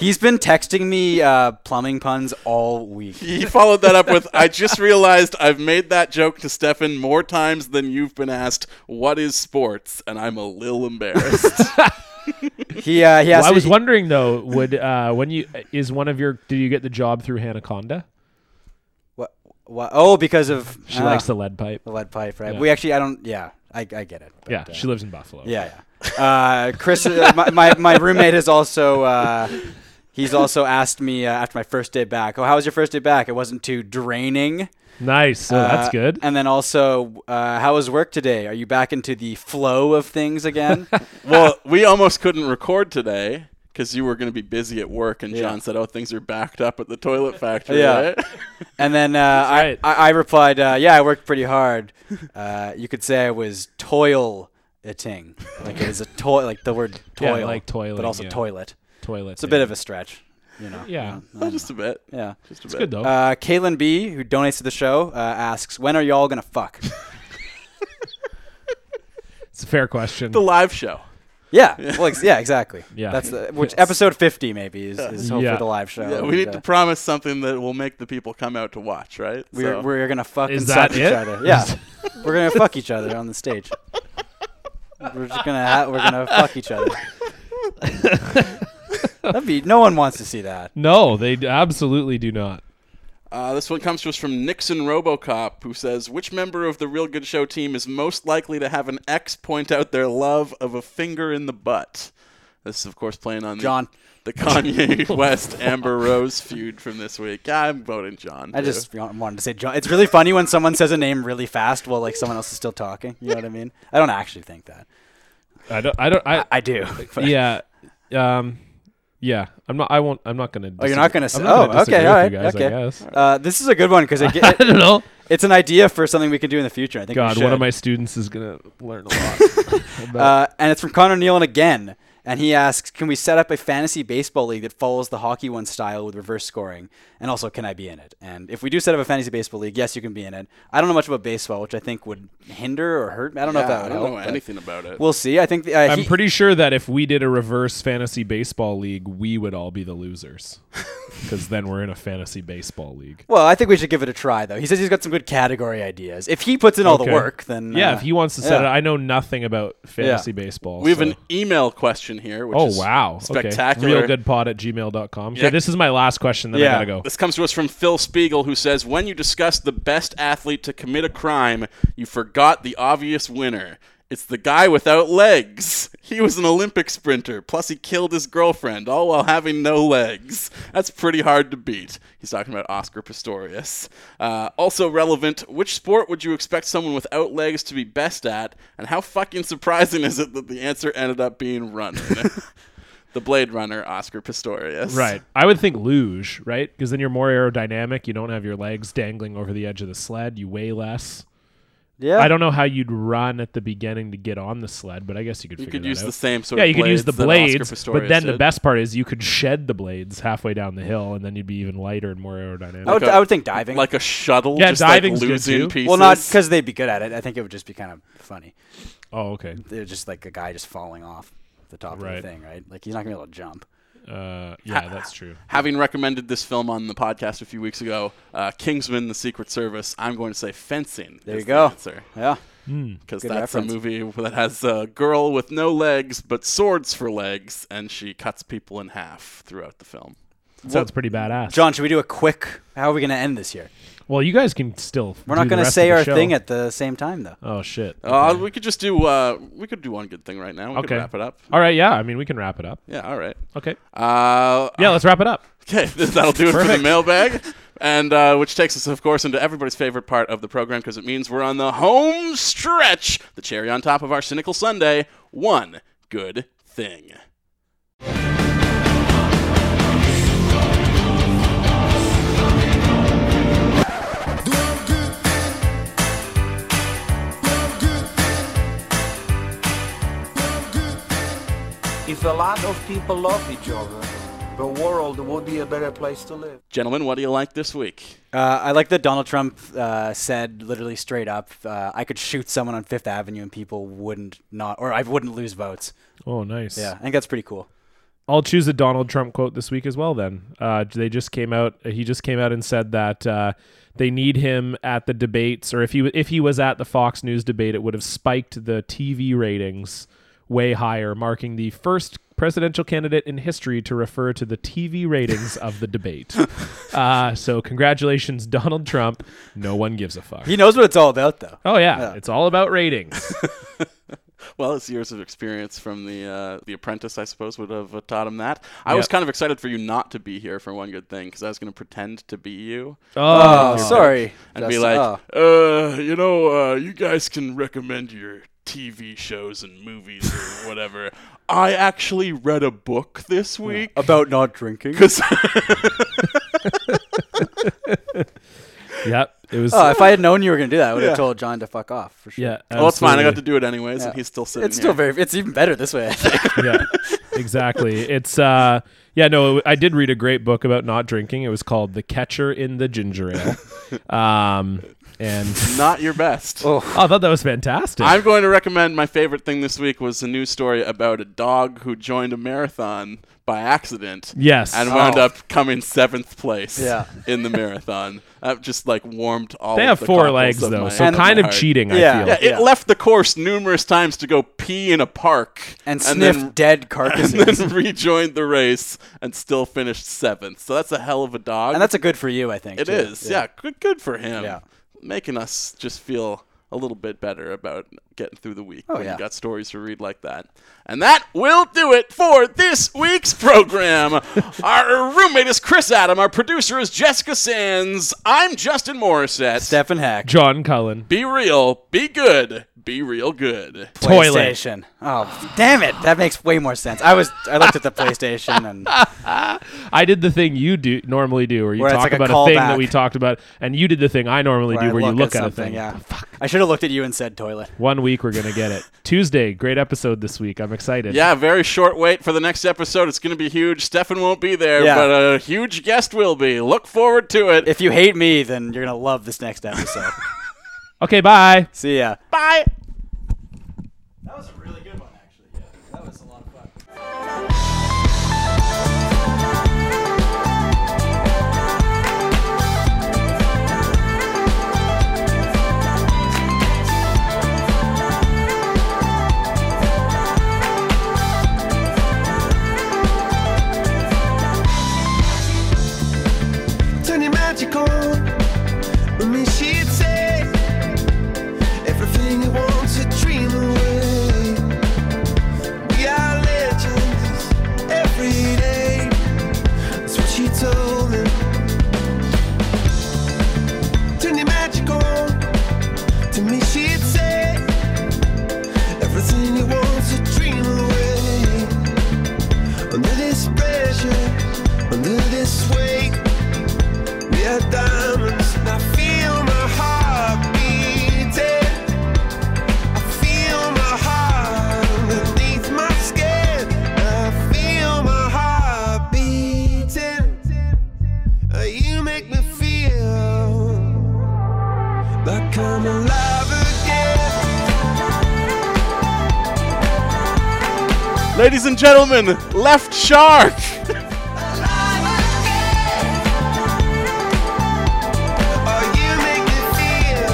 D: he's been texting me uh, plumbing puns all week.
A: he followed that up with, "I just realized I've made that joke to Stefan more times than you've been asked what is sports, and I'm a little embarrassed."
D: He uh, he asked.
C: Well, I was
D: he-
C: wondering though, would uh, when you is one of your did you get the job through Hanaconda?
D: What, what? Oh, because of
C: She
D: ah,
C: likes the lead pipe.
D: the lead pipe, right?
C: Yeah.
D: We actually, I don't. Yeah, I, I get it. but,
C: Yeah,
D: uh,
C: she lives in Buffalo.
D: yeah, yeah. Uh, Chris, uh, my, my my roommate is also. Uh, he's also asked me uh, after my first day back. Oh, how was your first day back? It wasn't too draining.
C: Nice. Oh, that's
D: Uh,
C: good.
D: And then also, uh, how was work today? Are you back into the flow of things again?
A: well, we almost couldn't record today because you were going to be busy at work, and John said, "Oh, things are backed up at the toilet factory."
D: Yeah.
A: right?
D: And then uh, I,
C: right.
D: I, I replied, uh, "Yeah, I worked pretty hard. Uh, you could say I was toil ting, like it was a toil, like the word
C: Yeah,
D: toil,
C: like toiling,
D: but also
C: yeah.
D: toilet.
C: Toilet.
D: It's a bit of a stretch, you know.
C: yeah.
A: Oh, just a bit.
D: Yeah.
A: Just a
C: It's
A: bit.
C: good though.
D: Uh, Kaylin B, who donates to the show, uh, asks, "When are y'all gonna fuck?"
C: it's a fair question.
A: The live show.
D: yeah, well, ex- yeah, exactly.
C: Yeah.
D: that's the, which episode fifty maybe is, is hope
C: Yeah.
D: for the live show.
A: Yeah, we
D: And,
A: need
D: uh,
A: to promise something that will make the people come out to watch, right?
D: we're,
A: So-
D: we're gonna fuck
C: Is
D: and
C: that
D: suck
C: it?
D: each other. Yeah, we're gonna fuck each other on the stage. We're just gonna ha- we're gonna fuck each other. That'd be no one wants to see that.
C: no, they d- absolutely do not.
A: Uh, this one comes to us from Nixon Robocop, who says, "Which member of the Real Good Show team is most likely to have an ex point out their love of a finger in the butt?" This is, of course, playing on the-
D: John.
A: the, Kanye West Amber Rose feud from this week. I'm voting John.
D: I
A: too.
D: just wa- wanted to say John. It's really funny when someone says a name really fast while like someone else is still talking. You know what I mean? I don't actually think that. Oh,
C: I don't. I don't. I,
D: I do. but-
C: yeah, um, yeah. I'm not. I won't. I'm not gonna.
D: Oh, you're
C: disagree-
D: not gonna. s
C: I'm
D: oh,
C: gonna disagree
D: okay, all
C: with
D: right,
C: you guys,
D: okay.
C: I guess.
D: Uh, this is a good one because it,
C: I don't know.
D: it's an idea for something we can do in the future. I think. we
C: God, one
D: should.
C: of my students is gonna learn a lot.
D: Uh, and it's from Connor Nealon again. And he asks, can we set up a fantasy baseball league that follows the hockey one style with reverse scoring? And also, can I be in it? And if we do set up a fantasy baseball league, yes, you can be in it. I don't know much about baseball, which I think would hinder or hurt. I don't know if
A: Yeah,
D: that
A: I
D: would
A: don't
D: help,
A: know
D: but
A: anything about it.
D: We'll see. I think the, uh,
C: I'm
D: he-
C: pretty sure that if we did a reverse fantasy baseball league, we would all be the losers, because then we're in a fantasy baseball league.
D: Well, I think we should give it a try, though. He says he's got some good category ideas. If he puts in all
C: Okay.
D: the work, then
C: yeah,
D: uh,
C: if he wants to set
D: yeah.
C: it, I know nothing about fantasy baseball.
A: we have
C: so-
A: an email question here. Which
C: Oh
A: is
C: wow!
A: spectacular.
C: Okay. Realgoodpod at gmail.com. Okay,
A: Yeah.
C: this is my last question. Then
D: Yeah.
C: I gotta go.
A: This comes to us from Phil Spiegel, who says, "When you discuss the best athlete to commit a crime, you forgot the obvious winner. It's the guy without legs. He was an Olympic sprinter. Plus, he killed his girlfriend, all while having no legs. That's pretty hard to beat." He's talking about Oscar Pistorius. Uh, also relevant: Which sport would you expect someone without legs to be best at? And how fucking surprising is it that the answer ended up being running? the Blade Runner, Oscar Pistorius.
C: Right. I would think luge, right? Because then you're more aerodynamic. You don't have your legs dangling over the edge of the sled. You weigh less.
D: yeah.
C: I don't know how you'd run at the beginning to get on the sled, but I guess you could.
A: You
C: figure
A: could
C: that
A: use
C: out.
A: the same sort
C: Yeah,
A: of
C: you could use the
A: blades that Oscar
C: blades,
A: Pistorius
C: but then the
A: did.
C: best part is you could shed the blades halfway down the hill, and then you'd be even lighter and more aerodynamic.
D: I would,
A: like a-
D: I would think diving.
A: like a shuttle,
C: Yeah,
A: just like
C: diving's good
A: losing
C: too.
A: pieces.
D: well, not because they'd be good at it. I think it would just be kind of funny.
C: oh, okay.
D: They're just like a guy just falling off the top
C: Right.
D: of the thing, right? Like he's not gonna be able to jump.
C: Uh, yeah, that's true.
A: having recommended this film on the podcast a few weeks ago, uh, Kingsman: The Secret Service. I'm going to say fencing.
D: There
A: is
D: you go.
A: The answer.
D: Yeah.
A: Because
D: Good
A: that's
D: reference.
A: a movie that has a girl with no legs but swords for legs, and she cuts people in half throughout the film.
C: Sounds pretty badass.
D: John, should we do a quick? How are we gonna end this here?
C: well, you guys can still.
D: We're not
C: going
D: gonna
C: to
D: say our thing at the same time though.
C: oh shit.
A: Uh, we could just do uh, we could do one good thing right now. We
C: Okay.
A: could wrap it up.
C: All right. Yeah. I mean, we can wrap it up.
A: Yeah, all right.
C: Okay.
A: Uh,
C: Yeah. Let's wrap it up.
A: Okay, that'll do it for the mailbag. And uh, which takes us, of course, into everybody's favorite part of the program because it means we're on the home stretch, the cherry on top of our cynical Sunday. One good thing.
E: If a lot of people love each other, the world would be a better place to live.
A: Gentlemen, what do you like this week?
D: Uh, I like that Donald Trump uh, said literally straight up, uh, "I could shoot someone on Fifth Avenue and people wouldn't not, or I wouldn't lose votes."
C: Oh, nice.
D: Yeah, I think that's pretty cool.
C: I'll choose a Donald Trump quote this week as well. Then uh, they just came out. He just came out and said that uh, they need him at the debates, or if he if he was at the Fox News debate, it would have spiked the TV ratings way higher, marking the first presidential candidate in history to refer to the TV ratings of the debate. Uh, so congratulations, Donald Trump. No one gives a fuck.
D: He knows what it's all about, though.
C: Oh yeah, it's all about ratings.
A: Well, it's years of experience from the uh, the Apprentice, I suppose, would have uh, taught him that. I was kind of excited for you not to be here for one good thing because I was going to pretend to be you
D: Oh, sorry.
A: and be
D: Justin.
A: like,
D: Oh.
A: uh, you know, uh, you guys can recommend your TV shows and movies or whatever. I actually read a book this week.
D: oh. about not drinking.
C: yep, it was.
D: Oh, if I had known you were gonna do that, I would have told John to fuck off for sure.
C: yeah, uh,
A: Well, it's Oh, fine. I got
C: absolutely.
A: to do it anyways, and
D: Yeah.
A: he's still sitting
D: it's still
A: here.
D: very. It's even better this way. I think.
C: yeah exactly it's uh yeah no i did read a great book about not drinking it was called the catcher in the ginger ale um And
A: Not your best.
C: I thought that was fantastic.
A: I'm going to recommend my favorite thing this week was a news story about a dog who joined a marathon by accident.
C: Yes.
A: And wound up coming seventh place
D: Yeah.
A: in the marathon. That just like warmed all
C: they
A: of
C: have
A: the
C: four
A: cockles
C: legs
A: of
C: though,
A: my-
C: so kind
A: my
C: of
A: heart.
C: cheating.
D: Yeah.
C: I feel.
A: Yeah, it
D: Yeah.
A: left the course numerous times to go pee in a park
D: and sniff
A: then-
D: dead
A: and
D: carcasses. And,
A: then rejoined the race and still finished seventh. So that's a hell of a dog.
D: that's a good for you, I think.
A: It
D: too.
A: is, yeah. Good, good for him.
D: Yeah.
A: Making us just feel a little bit better about getting through the week when
D: Oh, yeah.
A: you got stories to read like that. And that will do it for this week's program. our roommate is Chris Adam. Our producer is Jessica Sands. I'm Justin Morissette.
D: Stefan Hack.
C: John Cullen.
A: be real. Be good. Be real good.
C: Toilet.
D: PlayStation. Oh, damn it! That makes way more sense. I was I looked at the PlayStation and
C: I did the thing you do normally do, where you
D: Where it's
C: talk
D: like a
C: about a, thing that
D: callback.
C: we talked about, and you did the thing I normally
D: I
C: do, where you look at, a
D: something.
C: thing.
D: Yeah, I should have looked at you and said toilet.
C: One week we're gonna get it. Tuesday, great episode this week. I'm excited.
A: Yeah, very short wait for the next episode. It's going to be huge. Stefan won't be there,
D: Yeah.
A: but a huge guest will be. Look forward to it.
D: If you hate me, then you're gonna love this next episode.
C: Okay. Bye.
D: See ya.
A: Bye.
D: That was a really good one, actually. Yeah, that was a lot of fun.
E: turn your magic on. I mean, she'd say everything you want to dream away. We are legends every day. That's what she told me. Turn your magic on. To me, she'd say everything you want to dream away. Under this pressure, under this weight. We are diamonds, and I feel my heart beating. I feel my heart beneath my skin. I feel my heart beating. Uh, You make me feel like I'm alive again.
A: Ladies and gentlemen, Left Shark.
E: Oh, you make me feel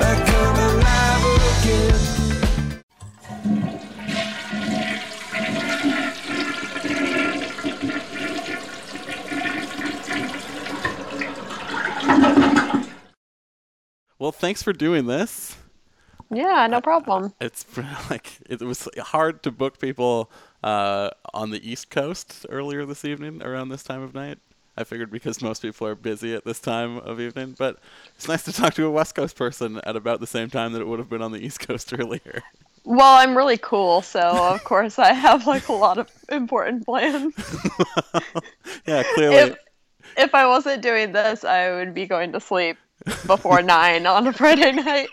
E: like I'm alive again.
A: Well, thanks for doing this.
I: Yeah, no problem.
A: It's like it was hard to book people uh, on the East Coast earlier this evening around this time of night. I figured because most people are busy at this time of evening, but it's nice to talk to a West Coast person at about the same time that it would have been on the East Coast earlier.
I: Well, I'm really cool, so of course I have like a lot of important plans.
A: yeah, clearly.
I: If if I wasn't doing this, I would be going to sleep before nine on a Friday night.